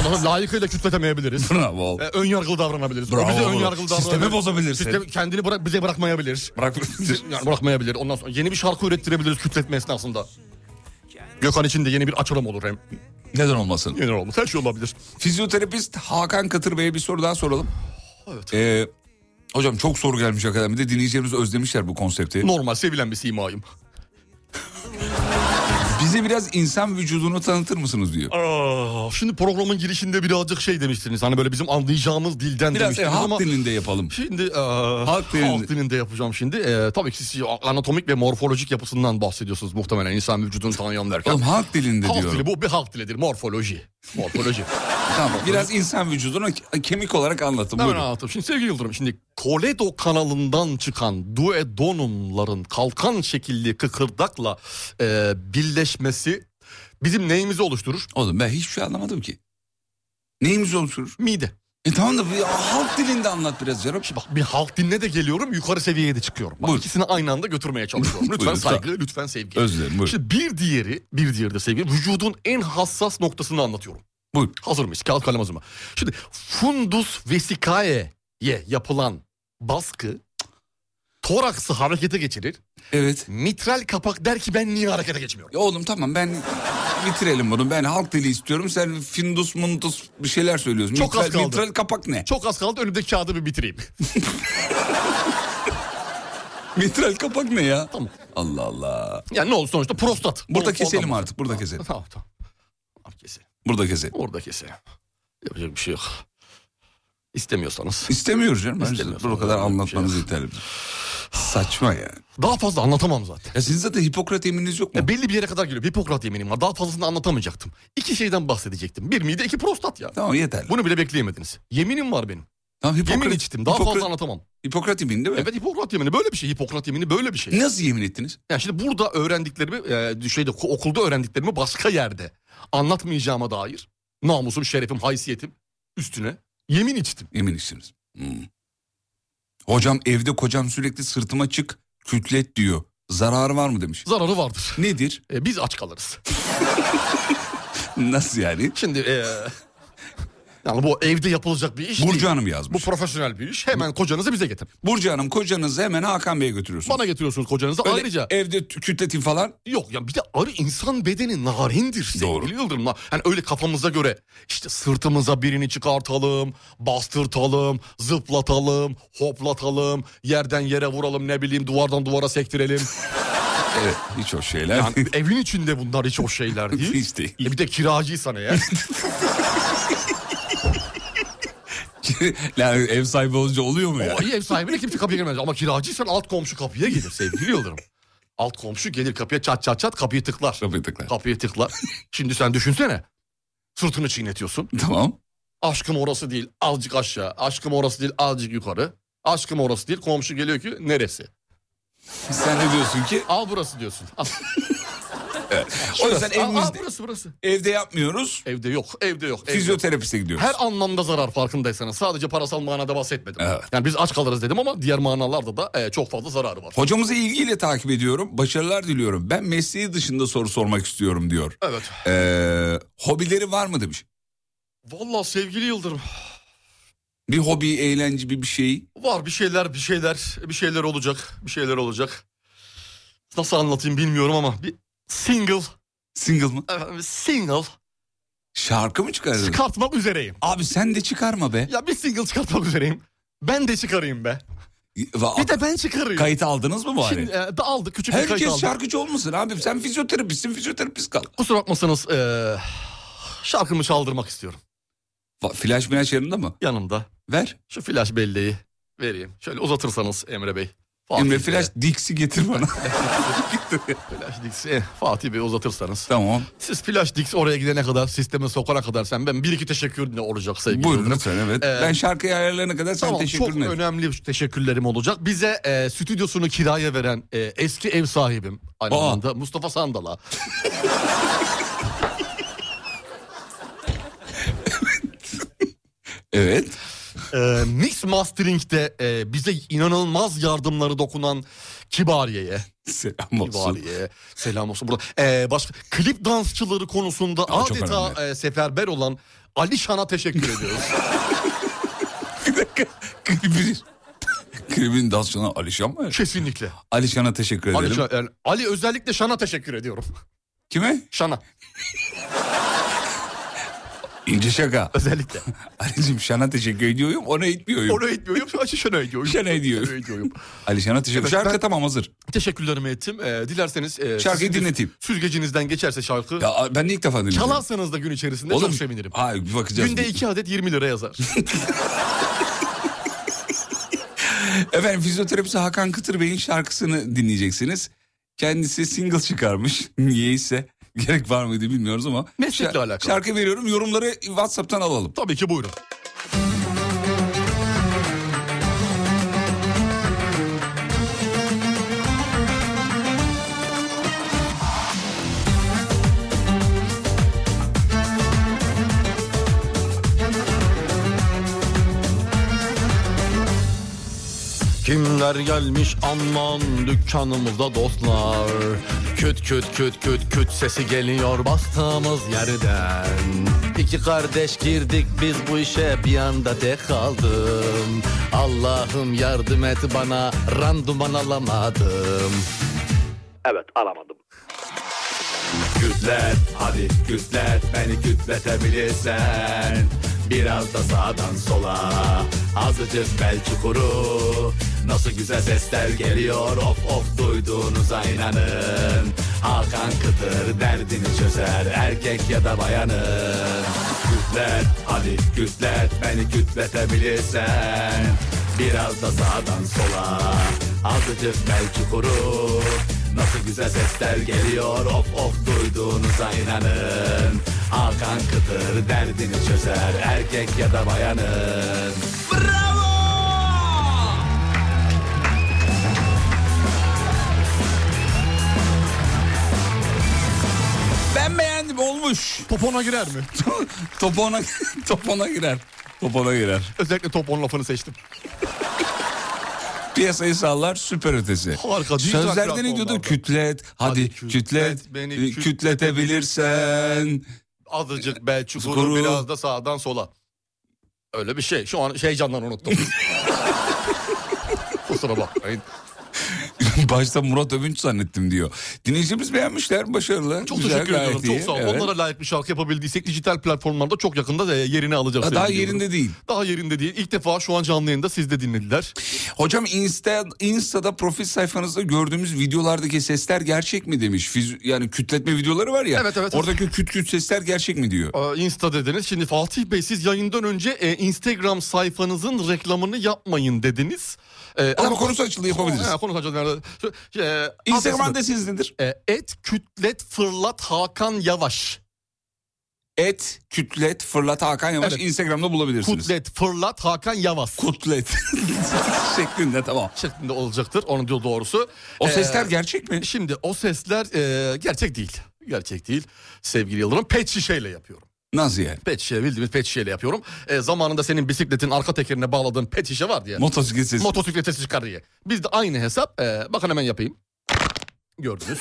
Onları layıkıyla kütletemeyebiliriz.
Bravo.
E, ön yargılı davranabiliriz.
Bravo.
O bize ön yargılı davranabilir.
Sistemi bozabilirsin.
Sistemi kendini bırak bize bırakmayabilir.
Bırak.
Yani bırakmayabilir. Ondan sonra yeni bir şarkı ürettirebiliriz kütletme esnasında. Gökhan için de yeni bir açılım olur hem.
Neden olmasın?
Yeni olmuş. Her şey olabilir.
Fizyoterapist Hakan Katır Bey'e bir soru daha soralım. Ee, hocam çok soru gelmiş akademide. Dinleyicilerimiz özlemişler bu konsepti.
Normal sevilen bir simayım.
Bize biraz insan vücudunu tanıtır mısınız diyor.
Aa, şimdi programın girişinde birazcık şey demiştiniz. Hani böyle bizim anlayacağımız dilden
Biraz
demiştiniz
evet, halk
ama...
dilinde yapalım.
Şimdi eee, halk,
dilinde.
dilinde. yapacağım şimdi. Eee, tabii ki siz anatomik ve morfolojik yapısından bahsediyorsunuz muhtemelen insan vücudunu tanıyan derken.
Oğlum halk dilinde
halk
diyorum.
dili bu bir halk dilidir. Morfoloji. Morfoloji.
Tamam. Biraz insan vücudunu ke- kemik olarak anlatın.
Hemen
Buyurun.
anlatayım. Şimdi sevgili Yıldırım şimdi Koledo kanalından çıkan duodenumların kalkan şekilli kıkırdakla eee, birleşmesi bizim neyimizi oluşturur?
Oğlum ben hiçbir şey anlamadım ki. Neyimiz oluşturur?
Mide.
E tamam da bir halk dilinde anlat biraz canım.
Şimdi bak bir halk dinle de geliyorum yukarı seviyeye de çıkıyorum. Bak
Buyur.
ikisini aynı anda götürmeye çalışıyorum. Lütfen
Buyurun,
saygı, lütfen sevgi.
Özür dilerim buyurun.
Şimdi bir diğeri, bir diğeri de sevgili vücudun en hassas noktasını anlatıyorum.
Buyur.
Hazır mıyız? Kağıt kalem hazır mı? Şimdi fundus vesicae'ye yapılan baskı toraksı harekete geçirir.
Evet.
Mitral kapak der ki ben niye harekete geçmiyorum?
Ya oğlum tamam ben bitirelim bunu. Ben halk dili istiyorum. Sen findus mundus bir şeyler söylüyorsun.
Çok az kaldı.
Mitral kapak ne?
Çok az kaldı önümdeki kağıdı bir bitireyim.
Mitral kapak ne ya?
Tamam.
Allah Allah.
Yani ne oldu sonuçta prostat.
Burada
Onun-
keselim
ondan-
artık, burada keselim.
Tamam tamam. Tamam keselim.
Burada keselim.
Orada keselim. Yapacak bir şey yok. İstemiyorsanız.
İstemiyoruz canım. Ben
İstemiyoruz.
size Bu kadar
şey
anlatmanız yeter bize. Saçma yani.
Daha fazla anlatamam zaten.
Ya sizin zaten Hipokrat yemininiz yok mu?
Ya belli bir yere kadar geliyor. Hipokrat yeminim var. Daha fazlasını anlatamayacaktım. İki şeyden bahsedecektim. Bir mide, iki prostat ya.
Tamam yeter.
Bunu bile bekleyemediniz. Yeminim var benim.
Tamam, Hipokrat,
Yemin içtim. Daha
Hipokrat-
fazla anlatamam.
Hipokrat yemini değil mi?
Evet Hipokrat yemini böyle bir şey. Hipokrat yemini böyle bir şey.
Nasıl yemin ettiniz?
Yani şimdi burada öğrendiklerimi, e, şeyde ko- okulda öğrendiklerimi başka yerde anlatmayacağıma dair namusum, şerefim, haysiyetim üstüne yemin içtim.
Yemin içtiniz. Hmm. Hocam evde kocam sürekli sırtıma çık kütlet diyor. Zararı var mı demiş.
Zararı vardır.
Nedir?
E, biz aç kalırız.
Nasıl yani?
Şimdi e, yani bu evde yapılacak bir iş
Burcu
değil.
Hanım
Bu
yazmış.
profesyonel bir iş. Hemen kocanızı bize getirin.
Burcu Hanım kocanızı hemen Hakan Bey'e götürüyorsunuz.
Bana getiriyorsunuz kocanızı.
Öyle
Ayrıca
Evde t- kütletin falan.
Yok ya bir de arı insan bedeni narindir sevgili
Doğru.
Yıldırım. Na- Yani öyle kafamıza göre işte sırtımıza birini çıkartalım, bastırtalım, zıplatalım, hoplatalım, yerden yere vuralım ne bileyim duvardan duvara sektirelim.
Evet hiç o şeyler.
Yani evin içinde bunlar hiç hoş şeyler değil.
Hiç değil.
E bir de kiracıysan eğer.
yani ev sahibi olunca oluyor mu ya?
o iyi ev sahibine kimse kapıya girmez. Ama kiracıysan alt komşu kapıya gelir sevgili Yıldırım. Alt komşu gelir kapıya çat çat çat kapıyı tıklar.
Kapıyı tıklar.
Kapıyı tıklar. Şimdi sen düşünsene. Sırtını çiğnetiyorsun.
Tamam.
Aşkım orası değil azıcık aşağı. Aşkım orası değil azıcık yukarı. Aşkım orası değil komşu geliyor ki neresi?
Sen ne diyorsun ki?
Al burası diyorsun. Al,
O yüzden
Al, al,
evimizde,
burası burası.
evde yapmıyoruz.
Evde yok evde yok. evde yok.
Fizyoterapiste gidiyoruz.
Her anlamda zarar farkındaysanız sadece parasal manada bahsetmedim.
Evet.
Yani biz aç kalırız dedim ama diğer manalarda da e, çok fazla zararı var.
Hocamızı ilgiyle takip ediyorum. Başarılar diliyorum. Ben mesleği dışında soru sormak istiyorum diyor.
Evet.
Ee, hobileri var mı demiş.
Vallahi sevgili Yıldırım
Bir hobi, eğlence, bir bir şey.
var bir şeyler bir şeyler bir şeyler olacak bir şeyler olacak. Nasıl anlatayım bilmiyorum ama bir single
Single mı?
efendim, single
Şarkı mı çıkardın?
çıkartmak üzereyim.
Abi sen de çıkarma be.
Ya bir single çıkartmak üzereyim. Ben de çıkarayım be.
Va-
Bir de ben çıkarayım.
Kayıt aldınız mı bari?
Şimdi e, da aldık küçük bir kayıt
Herkes
aldık.
şarkıcı olmasın abi. Sen fizyoterapistsin, fizyoterapist kal.
Kusura bakmasanız e, şarkımı çaldırmak istiyorum
Va- Flash flash yanında mı?
yanımda.
Ver.
Şu flash belleği vereyim. Şöyle uzatırsanız Emre Bey. Fatih
Emre
Bey.
flash diksi getir bana. Gitti.
Flash Dix, eh, Fatih Bey uzatırsanız.
tamam.
Siz Flash Dix oraya gidene kadar, sisteme sokana kadar sen ben bir iki teşekkür ne olacak sevgili
Buyurun
Yıldırım.
lütfen evet.
Ee,
ben şarkıyı ayarlayana kadar sen
Tamam
teşekkür
çok önemli teşekkürlerim olacak. Bize e, stüdyosunu kiraya veren e, eski ev sahibim aynı
Aa.
zamanda Mustafa Sandal'a.
Evet.
Ee, mix mastering'de e, bize inanılmaz yardımları dokunan Kibariye'ye,
Selam olsun.
Kibariye'ye selam olsun burada. Ee, başka klip dansçıları konusunda
Ama çok
adeta e, seferber olan Ali Şan'a teşekkür ediyoruz.
Bir dakika. Klibin, klibin dansçına Alişan mı?
Kesinlikle.
Alişan'a teşekkür ederim.
Ali, Şan- yani Ali özellikle Şan'a teşekkür ediyorum.
Kime?
Şan'a
İnce şaka.
özellikle.
Ali'cim Şan'a teşekkür ediyorum. Ona etmiyorum.
Onu etmiyorum, Şan'a ediyorum.
Şan'a ediyorum.
Şan'a ediyorum.
Alişan'a teşekkür
Evet,
Şarkı
ben-
tamam hazır.
Teşekkürlerimi ettim. Ee, dilerseniz... e,
Şarkıyı
süzge-
dinleteyim.
Süzgecinizden geçerse şarkı...
Ya, ben de ilk defa dinledim.
Çalarsanız da gün içerisinde çok sevinirim.
Hayır bir bakacağız.
Günde iki adet 20 lira yazar.
Efendim fizyoterapist Hakan Kıtır Bey'in şarkısını dinleyeceksiniz. Kendisi single çıkarmış. Niyeyse gerek var mıydı bilmiyoruz ama.
Meslekle
Şa-
alakalı.
Şarkı veriyorum yorumları Whatsapp'tan alalım.
Tabii ki buyurun. Kimler gelmiş aman dükkanımızda dostlar Küt küt küt küt küt sesi geliyor bastığımız yerden İki kardeş girdik biz bu işe bir anda tek kaldım Allah'ım yardım et bana randıman alamadım
Evet alamadım. Kütlet hadi kütlet beni kütletebilirsen Biraz da sağdan sola azıcık bel çukuru Nasıl güzel sesler geliyor of of duyduğunuza inanın Hakan Kıtır derdini çözer erkek ya da bayanın Kütlet
kütlet Hadi kütlet beni kütletebilirsen Biraz da sağdan sola Azıcık belki kuru Nasıl güzel sesler geliyor Of of duyduğunuza inanın Hakan Kıtır derdini çözer Erkek ya da bayanın
Ben beğendim olmuş.
Topona girer mi?
topona, topona girer. Topona girer.
Özellikle topon lafını seçtim.
Piyasayı sağlar süper ötesi.
Harika, DJ
Sözlerde
Akrat
ne diyordu?
onlardan.
Kütlet, hadi, kütlet,
beni
e, kütletebilirsen.
Azıcık bel çukuru,
Çukuru.
biraz da sağdan sola. Öyle bir şey. Şu an heyecandan unuttum. Kusura bakmayın.
Başta Murat Övünç zannettim diyor. Dinleyicimiz beğenmişler, başarılı.
Çok
güzel,
teşekkür ediyorum.
gayet
Çok
iyi.
sağ ol.
Evet.
Onlara layık bir şarkı yapabildiysek dijital platformlarda çok yakında da yerini alacak.
Ha, daha
sevgili
yerinde
Yıldırım.
değil.
Daha yerinde değil. İlk defa şu an canlı yayında siz de dinlediler.
Hocam Insta, Insta'da profil sayfanızda gördüğümüz videolardaki sesler gerçek mi demiş. Fiz- yani kütletme videoları var ya.
Evet, evet.
Oradaki küt küt sesler gerçek mi diyor.
Ee, Insta dediniz. Şimdi Fatih Bey siz yayından önce e, Instagram sayfanızın reklamını yapmayın dediniz. Ee,
Ama konusu açıldı, yapabiliriz.
Ha, konusu açıldı. nerede? Şu- e,
Instagram'da
adresini-
siz nedir?
E, et kütlet fırlat Hakan Yavaş.
Et, kütlet, fırlat, Hakan Yavaş.
Evet.
Instagram'da bulabilirsiniz.
Kutlet fırlat Hakan Yavaş.
Kutlet. Şeklinde tamam.
şeklinde olacaktır. Onun diyor doğrusu.
O
Ee,
sesler gerçek mi?
Şimdi o sesler e, gerçek değil. Gerçek değil. Sevgili Yıldırım pet şişeyle yapıyorum.
Nasıl yani?
Pet şişe bildiğimiz pet şişeyle yapıyorum. E, zamanında senin bisikletin arka tekerine bağladığın pet şişe vardı ya.
Motosiklet sesi.
Motosiklete çıkar diye. Biz de aynı hesap. e, bakın hemen yapayım. Gördünüz.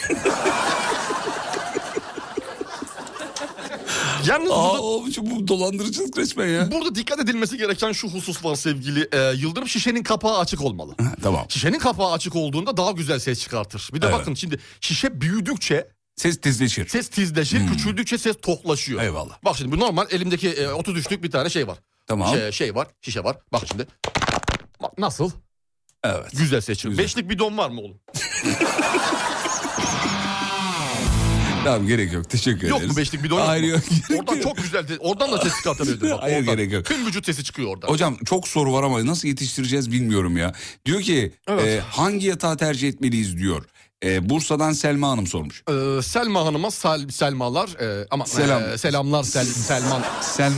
Yalnız
Aa,
burada
oğlum, şu bu dolandırıcılık resmen ya.
Burada dikkat edilmesi gereken şu husus var sevgili e, Yıldırım. Şişenin kapağı açık olmalı.
Tamam.
Şişenin kapağı açık olduğunda daha güzel ses çıkartır. Bir de
Evet.
bakın şimdi şişe büyüdükçe
Ses tizleşir.
ses tizleşir, küçüldükçe ses toklaşıyor.
Eyvallah.
Bak şimdi bu normal elimdeki e, 33'lük bir tane şey var.
Tamam.
Şey, şey var, şişe var. Bak şimdi. Bak nasıl?
Evet.
Güzel ses çıkıyor.
Güzel.
Beşlik bidon var mı oğlum?
Tamam gerek yok. Teşekkür
Yok
ederiz.
mu beşlik bidon?
Hayır
yok.
yok.
mu?
gerek
Oradan
yok.
çok güzel. ses- Oradan da ses çıkartabilirdin bak.
Hayır,
oradan.
gerek yok.
Tüm vücut sesi çıkıyor oradan.
Hocam çok soru var ama nasıl yetiştireceğiz bilmiyorum ya. Diyor ki
Evet.
e, hangi yatağı tercih etmeliyiz diyor. E, Bursa'dan Selma Hanım sormuş.
Ee, Selma Hanım'a sal, Selmalar e, ama
Selam.
e, selamlar Sel- Selman
Sen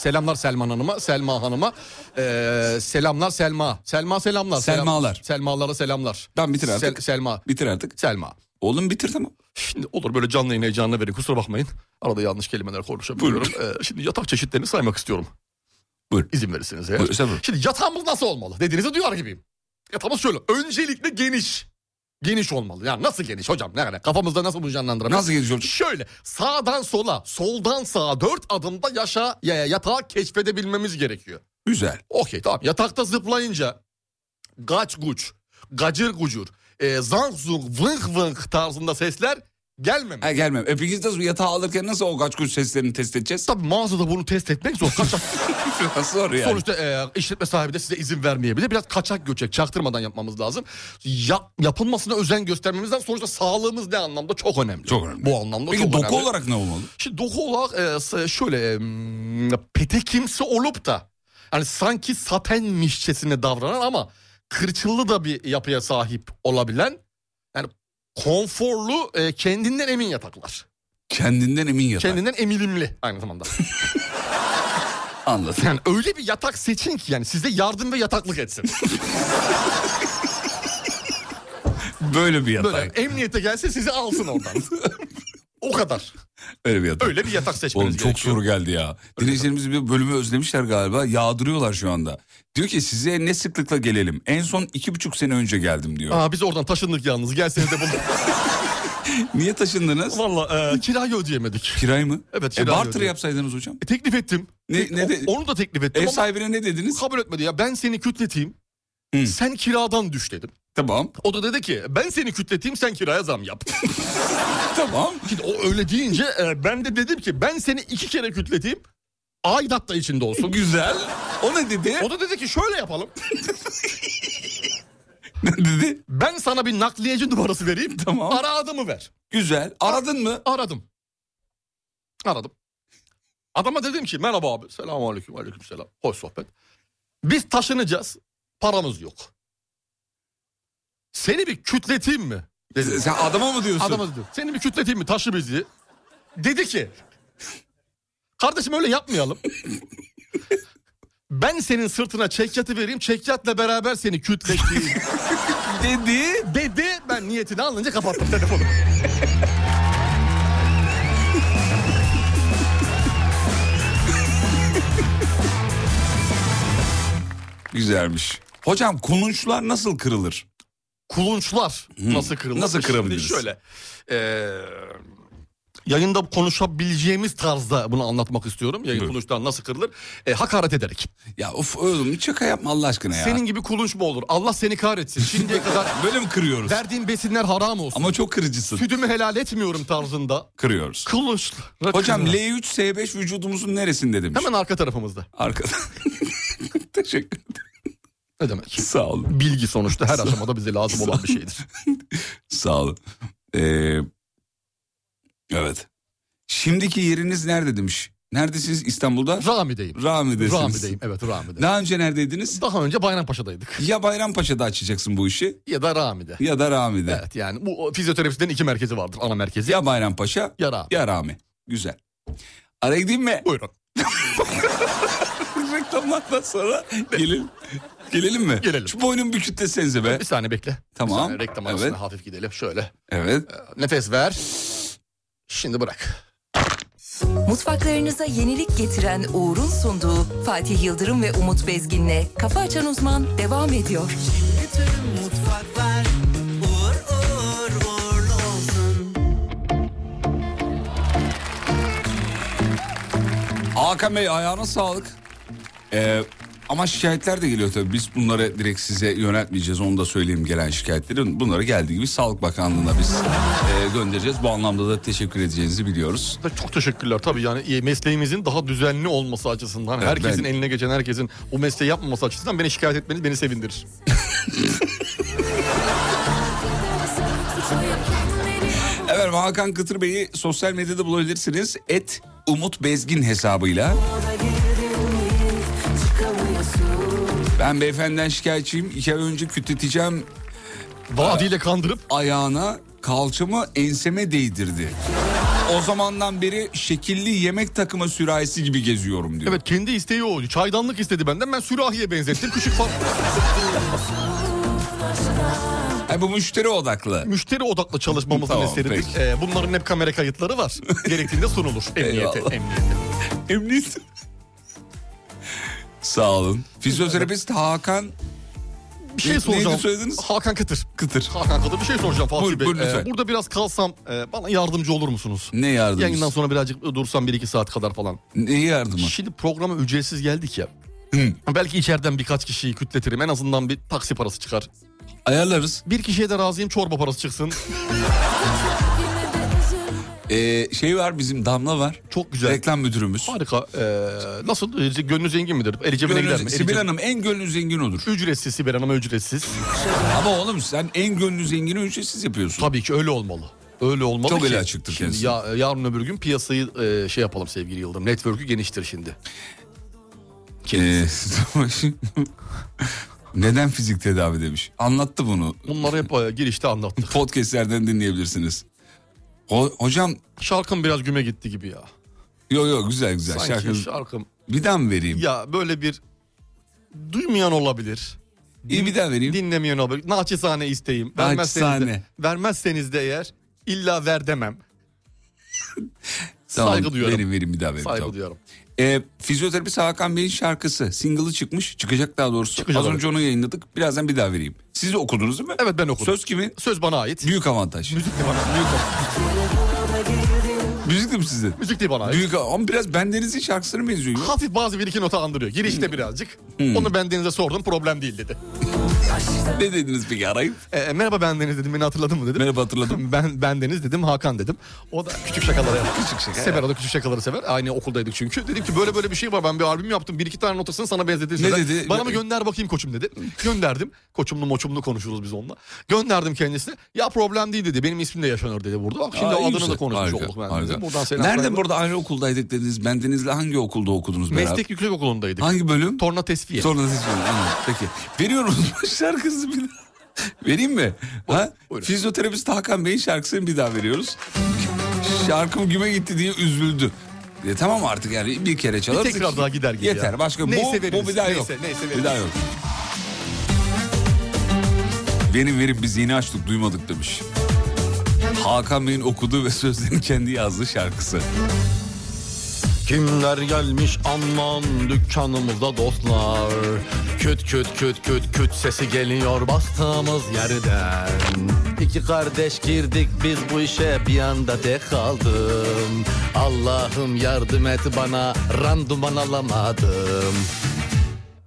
selamlar Selman Hanım'a Selma Hanım'a e, selamlar Selma Selma selamlar Selam-
Selmalar.
Selmalara selamlar
Tamam, bitir artık.
Sel- Selma
bitir artık.
Selma
Oğlum bitir tamam.
Şimdi olur böyle canlı yayın heyecanına verin kusura bakmayın. Arada yanlış kelimeler konuşabiliyorum. Ee, şimdi yatak çeşitlerini saymak istiyorum.
Buyurun.
İzin verirseniz eğer.
Buyur, sen buyur.
Şimdi yatağımız nasıl olmalı dediğinizi duyar gibiyim. Yatağımız şöyle öncelikle geniş. Geniş olmalı. Yani nasıl geniş hocam? Yani kafamızda nasıl bunu canlandırabiliriz?
Nasıl geniş hocam?
Şöyle sağdan sola, soldan sağa dört adımda yaşa, ya, yatağı keşfedebilmemiz gerekiyor.
Güzel.
Okey tamam. Yatakta zıplayınca gaç guç, gacır gucur, e, zank zunk, vınk vınk tarzında sesler gelmemeli.
Ha gelmem. E peki nasıl yatağı alırken nasıl o kaç kuruş seslerini test edeceğiz?
Tabii mağazada bunu test etmek zor. Kaçak.
Nasıl soru yani?
Sonuçta e, işletme sahibi de size izin vermeyebilir. Biraz kaçak göçek çaktırmadan yapmamız lazım. Ya- yapılmasına özen göstermemizden sonuçta sağlığımız ne anlamda çok önemli.
Çok önemli.
Bu anlamda
Peki
çok
doku
önemli.
olarak ne olmalı?
Şimdi doku olarak e, s- şöyle e, m, petekimsi olup da hani sanki satenmişçesine davranan ama kırçıllı da bir yapıya sahip olabilen yani konforlu e, kendinden emin yataklar.
Kendinden emin yatak.
Kendinden emilimli aynı zamanda.
Anladım.
Yani öyle bir yatak seçin ki yani size yardım ve yataklık etsin.
Böyle bir yatak.
Böyle
Böyle,
emniyete gelse sizi alsın oradan. o kadar.
bir yatak.
Öyle bir yatak seçmeniz
Oğlum çok
gerekiyor.
soru geldi ya. Dinleyicilerimiz bir bölümü özlemişler galiba. Yağdırıyorlar şu anda. Diyor ki size ne sıklıkla gelelim. En son iki buçuk sene önce geldim diyor.
Aa, biz oradan taşındık yalnız. Gelseniz de bunu.
Niye taşındınız?
Valla e, kirayı ödeyemedik.
Kirayı mı?
Evet,
E,
kirayı
barter
ödüyorum.
yapsaydınız hocam.
E, teklif ettim.
Ne-
Tek-
ne
o-
de-
onu da teklif ettim
Ev
ama
sahibine ne dediniz?
kabul etmedi ya. Ben seni kütleteyim.
Hı.
Sen kiradan düş dedim.
Tamam.
O da dedi ki ben seni kütleteyim sen kiraya zam yap.
Tamam.
Şimdi o öyle deyince e, ben de dedim ki ben seni iki kere kütleteyim. Aidat da içinde olsun.
Güzel. O ne dedi?
O da dedi ki şöyle yapalım.
ne dedi?
Ben sana bir nakliyeci numarası vereyim.
Tamam.
Ara adımı ver.
Güzel. Aradın mı?
Aradım. Aradım. Adama dedim ki merhaba abi. Selamun aleyküm. Aleyküm selam. Hoş sohbet. Biz taşınacağız. Paramız yok. Seni bir kütleteyim mi? Dedim.
Sen adama mı diyorsun?
Adama diyorum. Seni bir kütleteyim mi? Taşı bizi. Dedi ki. Kardeşim öyle yapmayalım. Ben senin sırtına çekyatı vereyim. Çekyatla beraber seni kütleteyim. Dedi. Dedi. Ben niyetini alınca kapattım telefonu.
Güzelmiş. Hocam kulunçlar nasıl kırılır?
Kulunçlar nasıl kırılır?
Nasıl
Şimdi
kırabiliriz?
şöyle. eee, yayında konuşabileceğimiz tarzda bunu anlatmak istiyorum. Yayın kulunçlar nasıl kırılır? E, hakaret ederek.
Ya of oğlum hiç şaka yapma Allah aşkına ya.
Senin gibi kulunç mu olur? Allah seni kahretsin. Şimdiye kadar
Böyle mi kırıyoruz?
verdiğin besinler haram olsun.
Ama çok kırıcısın.
Sütümü helal etmiyorum tarzında.
Kırıyoruz.
Kulunçla.
Hocam L3S5 vücudumuzun neresinde demiş.
Hemen arka tarafımızda.
Arkada. Teşekkür
Ne demek?
Sağ olun.
Bilgi sonuçta her aşamada bize lazım olan bir şeydir.
Sağ olun. Ee, evet. Şimdiki yeriniz nerede demiş. Neredesiniz İstanbul'da?
Rami'deyim.
Rami'desiniz.
Rami'deyim evet Rami'de.
Daha önce neredeydiniz?
Daha önce Bayrampaşa'daydık.
Ya Bayrampaşa'da açacaksın bu işi
Ya da Rami'de.
ya da Rami'de.
Evet yani bu o, fizyoterapistlerin iki merkezi vardır ana merkezi.
Ya Bayrampaşa
Ya Rami.
ya Rami. Güzel. Araya gideyim mi?
Buyurun.
Reklamlardan sonra gelin. Gelelim mi?
Gelelim.
Şu boynumu bir kütlesenize be.
Bir saniye bekle.
Tamam.
Bir saniye reklam arasına
Evet.
hafif gidelim. Şöyle Ee,
Evet.
nefes ver. Şimdi bırak.
Mutfaklarınıza yenilik getiren Uğur'un sunduğu Fatih Yıldırım ve Umut Bezgin'le Kafa Açan Uzman devam ediyor.
Bütün mutfaklar uğur uğur uğurlu olsun.
Hakan Bey ayağına sağlık. Ee, ama şikayetler de geliyor tabii. Biz bunları direkt size yöneltmeyeceğiz. Onu da söyleyeyim gelen şikayetleri. Bunları geldiği gibi Sağlık Bakanlığı'na biz e, göndereceğiz. Bu anlamda da teşekkür edeceğinizi biliyoruz.
Çok teşekkürler. Tabii yani iyi, mesleğimizin daha düzenli olması açısından,
Evet,
herkesin
ben-
eline geçen herkesin o mesleği yapmaması açısından beni şikayet etmeniz beni sevindirir.
Efendim Hakan Kıtır Bey'i sosyal medyada bulabilirsiniz. Et Umut Bezgin hesabıyla. Ben beyefendiden şikayetçiyim. İki ay önce kütleteceğim
Vaadiyle kandırıp
ayağına kalçamı enseme değdirdi. O zamandan beri şekilli yemek takımı sürahisi gibi geziyorum diyor.
evet kendi isteği oydu. Çaydanlık istedi benden. Ben sürahiye benzettim. Küçük fark.
Ha, bu müşteri odaklı.
Müşteri odaklı çalışmamızın
Tamam,
eseridir.
peki.
Ee, bunların hep kamera kayıtları var. Gerektiğinde sunulur. Emniyete,
Eyvallah.
emniyete.
Emniyet. Sağ olun. Fizyoterapist Hakan
Bir
Ne-
şey
neydi
soracağım.
söylediniz?
Hakan Kıtır.
Kıtır.
Hakan Kıtır bir şey soracağım Fatih
Buyur-
Bey.
buyur lütfen.
burada biraz kalsam e, bana yardımcı olur musunuz?
Ne yardımcısı?
Yayından sonra birazcık dursam 1-2 saat kadar falan.
Ne yardımı?
Şimdi programa ücretsiz geldik ya. Belki içeriden birkaç kişiyi kütletirim. En azından bir taksi parası çıkar.
Ayarlarız.
Bir kişiye de razıyım çorba parası çıksın.
Ee, şey var bizim Damla var.
Çok güzel.
Reklam müdürümüz.
Harika. Ee, nasıl? Ee, Gönlü zengin midir? Eli cebine
Gönlü-
gider mi? Eli
Sibel
cebine-
Hanım en gönlü zengin odur.
Ücretsiz Sibel Hanım ücretsiz.
Ama oğlum sen en gönlü zengini ücretsiz yapıyorsun.
Tabii ki öyle olmalı. Öyle olmalı
Çok
ki.
eli açıktır
Şimdi
kendisi.
Ya, yarın öbür gün piyasayı e, şey yapalım sevgili Yıldırım. Network'ü geniştir şimdi.
Ee, neden fizik tedavi demiş. Anlattı bunu.
Bunları hep e, girişte anlattık.
Podcast'lerden dinleyebilirsiniz. Ho- hocam
Şarkım biraz güme gitti gibi ya.
yo yo güzel güzel
Sanki
şarkı.
şarkım.
Bir daha mı vereyim?
Ya böyle bir duymayan olabilir.
İyi bir daha vereyim.
Dinlemeyen olabilir. Naçizane isteğim. Vermezseniz
Naçizane.
de, vermezseniz de eğer illa ver demem.
Tamam,
Saygı duyuyorum.
Verin verin bir daha verin.
Saygı
tamam.
duyuyorum.
Ee, fizyoterapist Hakan Bey'in şarkısı. Single'ı çıkmış. Çıkacak daha doğrusu.
Çıkacak,
Az
evet.
önce onu yayınladık. Birazdan bir daha vereyim. Siz de okudunuz değil mi?
Evet ben okudum.
Söz kimin?
Söz bana ait.
Büyük avantaj.
Müzik de bana, büyük,
Müzik de mi sizin?
müzik de bana ait.
Büyük ama biraz bendenizin şarkısını benziyor. Hmm. ya.
Hafif bazı bir iki nota andırıyor. Girişte birazcık. Onu ben Deniz'e sordum problem değil dedi.
Ne dediniz peki arayıp?
E, e, merhaba ben Deniz dedim beni hatırladın mı dedim.
Merhaba hatırladım.
Ben, ben Deniz dedim Hakan dedim. O da küçük şakalara yaptı.
Küçük şaka.
Sever o da küçük şakaları sever. Aynı okuldaydık çünkü. Dedim ki böyle böyle bir şey var ben bir albüm yaptım. Bir iki tane notasını sana benzetirsin.
Ne Hmm. dedi?
Bana mı gönder bakayım koçum dedi. Gönderdim. Koçumlu moçumlu konuşuruz biz onunla. Gönderdim kendisine. Ya problem değil dedi. Benim ismim de yaşanır dedi burada. Bak şimdi
Aa, iyi
adını
güzel.
da konuşmuş
Harika,
olduk ben
harika.
dedim. buradan selam.
Nerede burada aynı okuldaydık dediniz? Ben Deniz'le hangi okulda okudunuz beraber?
Meslek yüksek okulundaydık.
Hangi bölüm?
Torna tesviye.
Torna tesviye. anladım. Peki. Veriyoruz şarkısı bir daha. Vereyim mi? ha? Fizyoterapist Hakan Bey'in şarkısını bir daha veriyoruz. Şarkım güme gitti diye üzüldü. E, tamam artık yani bir kere çalarız.
Bir tekrar daha gider gelir
Yeter
ya.
başka
Neyse
bu,
veririz,
bu bir daha
neyse,
yok.
neyse
bir
veririz.
daha yok. Benim verin biz yeni açtık duymadık demiş. Hakan Bey'in okuduğu ve sözlerini kendi yazdığı şarkısı.
Kimler gelmiş anlam dükkanımızda dostlar Küt küt küt küt küt sesi geliyor bastığımız yerden İki kardeş girdik biz bu işe bir anda tek kaldım Allah'ım yardım et bana randıman alamadım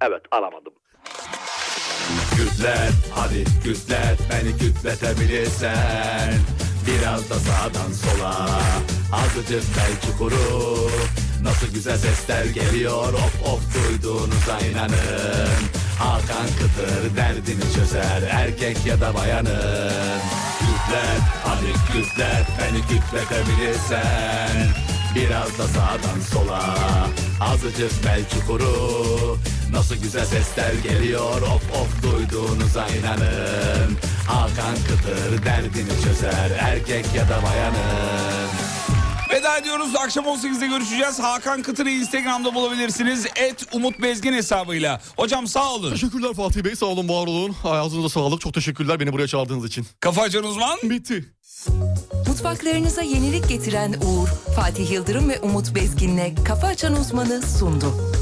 Evet alamadım. Kütlet hadi kütlet beni kütletebilirsen Biraz da sağdan sola azıcık belki kuru Nasıl güzel sesler geliyor of of duyduğunuza inanın Hakan Kıtır derdini çözer erkek ya da bayanın Kütlet hadi kütlet beni kütletebilirsen Biraz da sağdan sola Azıcık belki kuru Nasıl güzel sesler geliyor Of of duyduğunuza inanın Hakan Kıtır derdini çözer Erkek ya da bayanın
Veda ediyoruz. Akşam 18'de görüşeceğiz. Hakan Kıtır'ı Instagram'da bulabilirsiniz. Et Umut Bezgin hesabıyla. Hocam sağ olun.
Teşekkürler Fatih Bey sağ olun var olun Ağzınıza sağlık çok teşekkürler beni buraya çağırdığınız için
Kafa açan uzman
Bitti
Mutfaklarınıza yenilik getiren Uğur, Fatih Yıldırım ve Umut Bezgin'le Kafa Açan Uzman'ı sundu.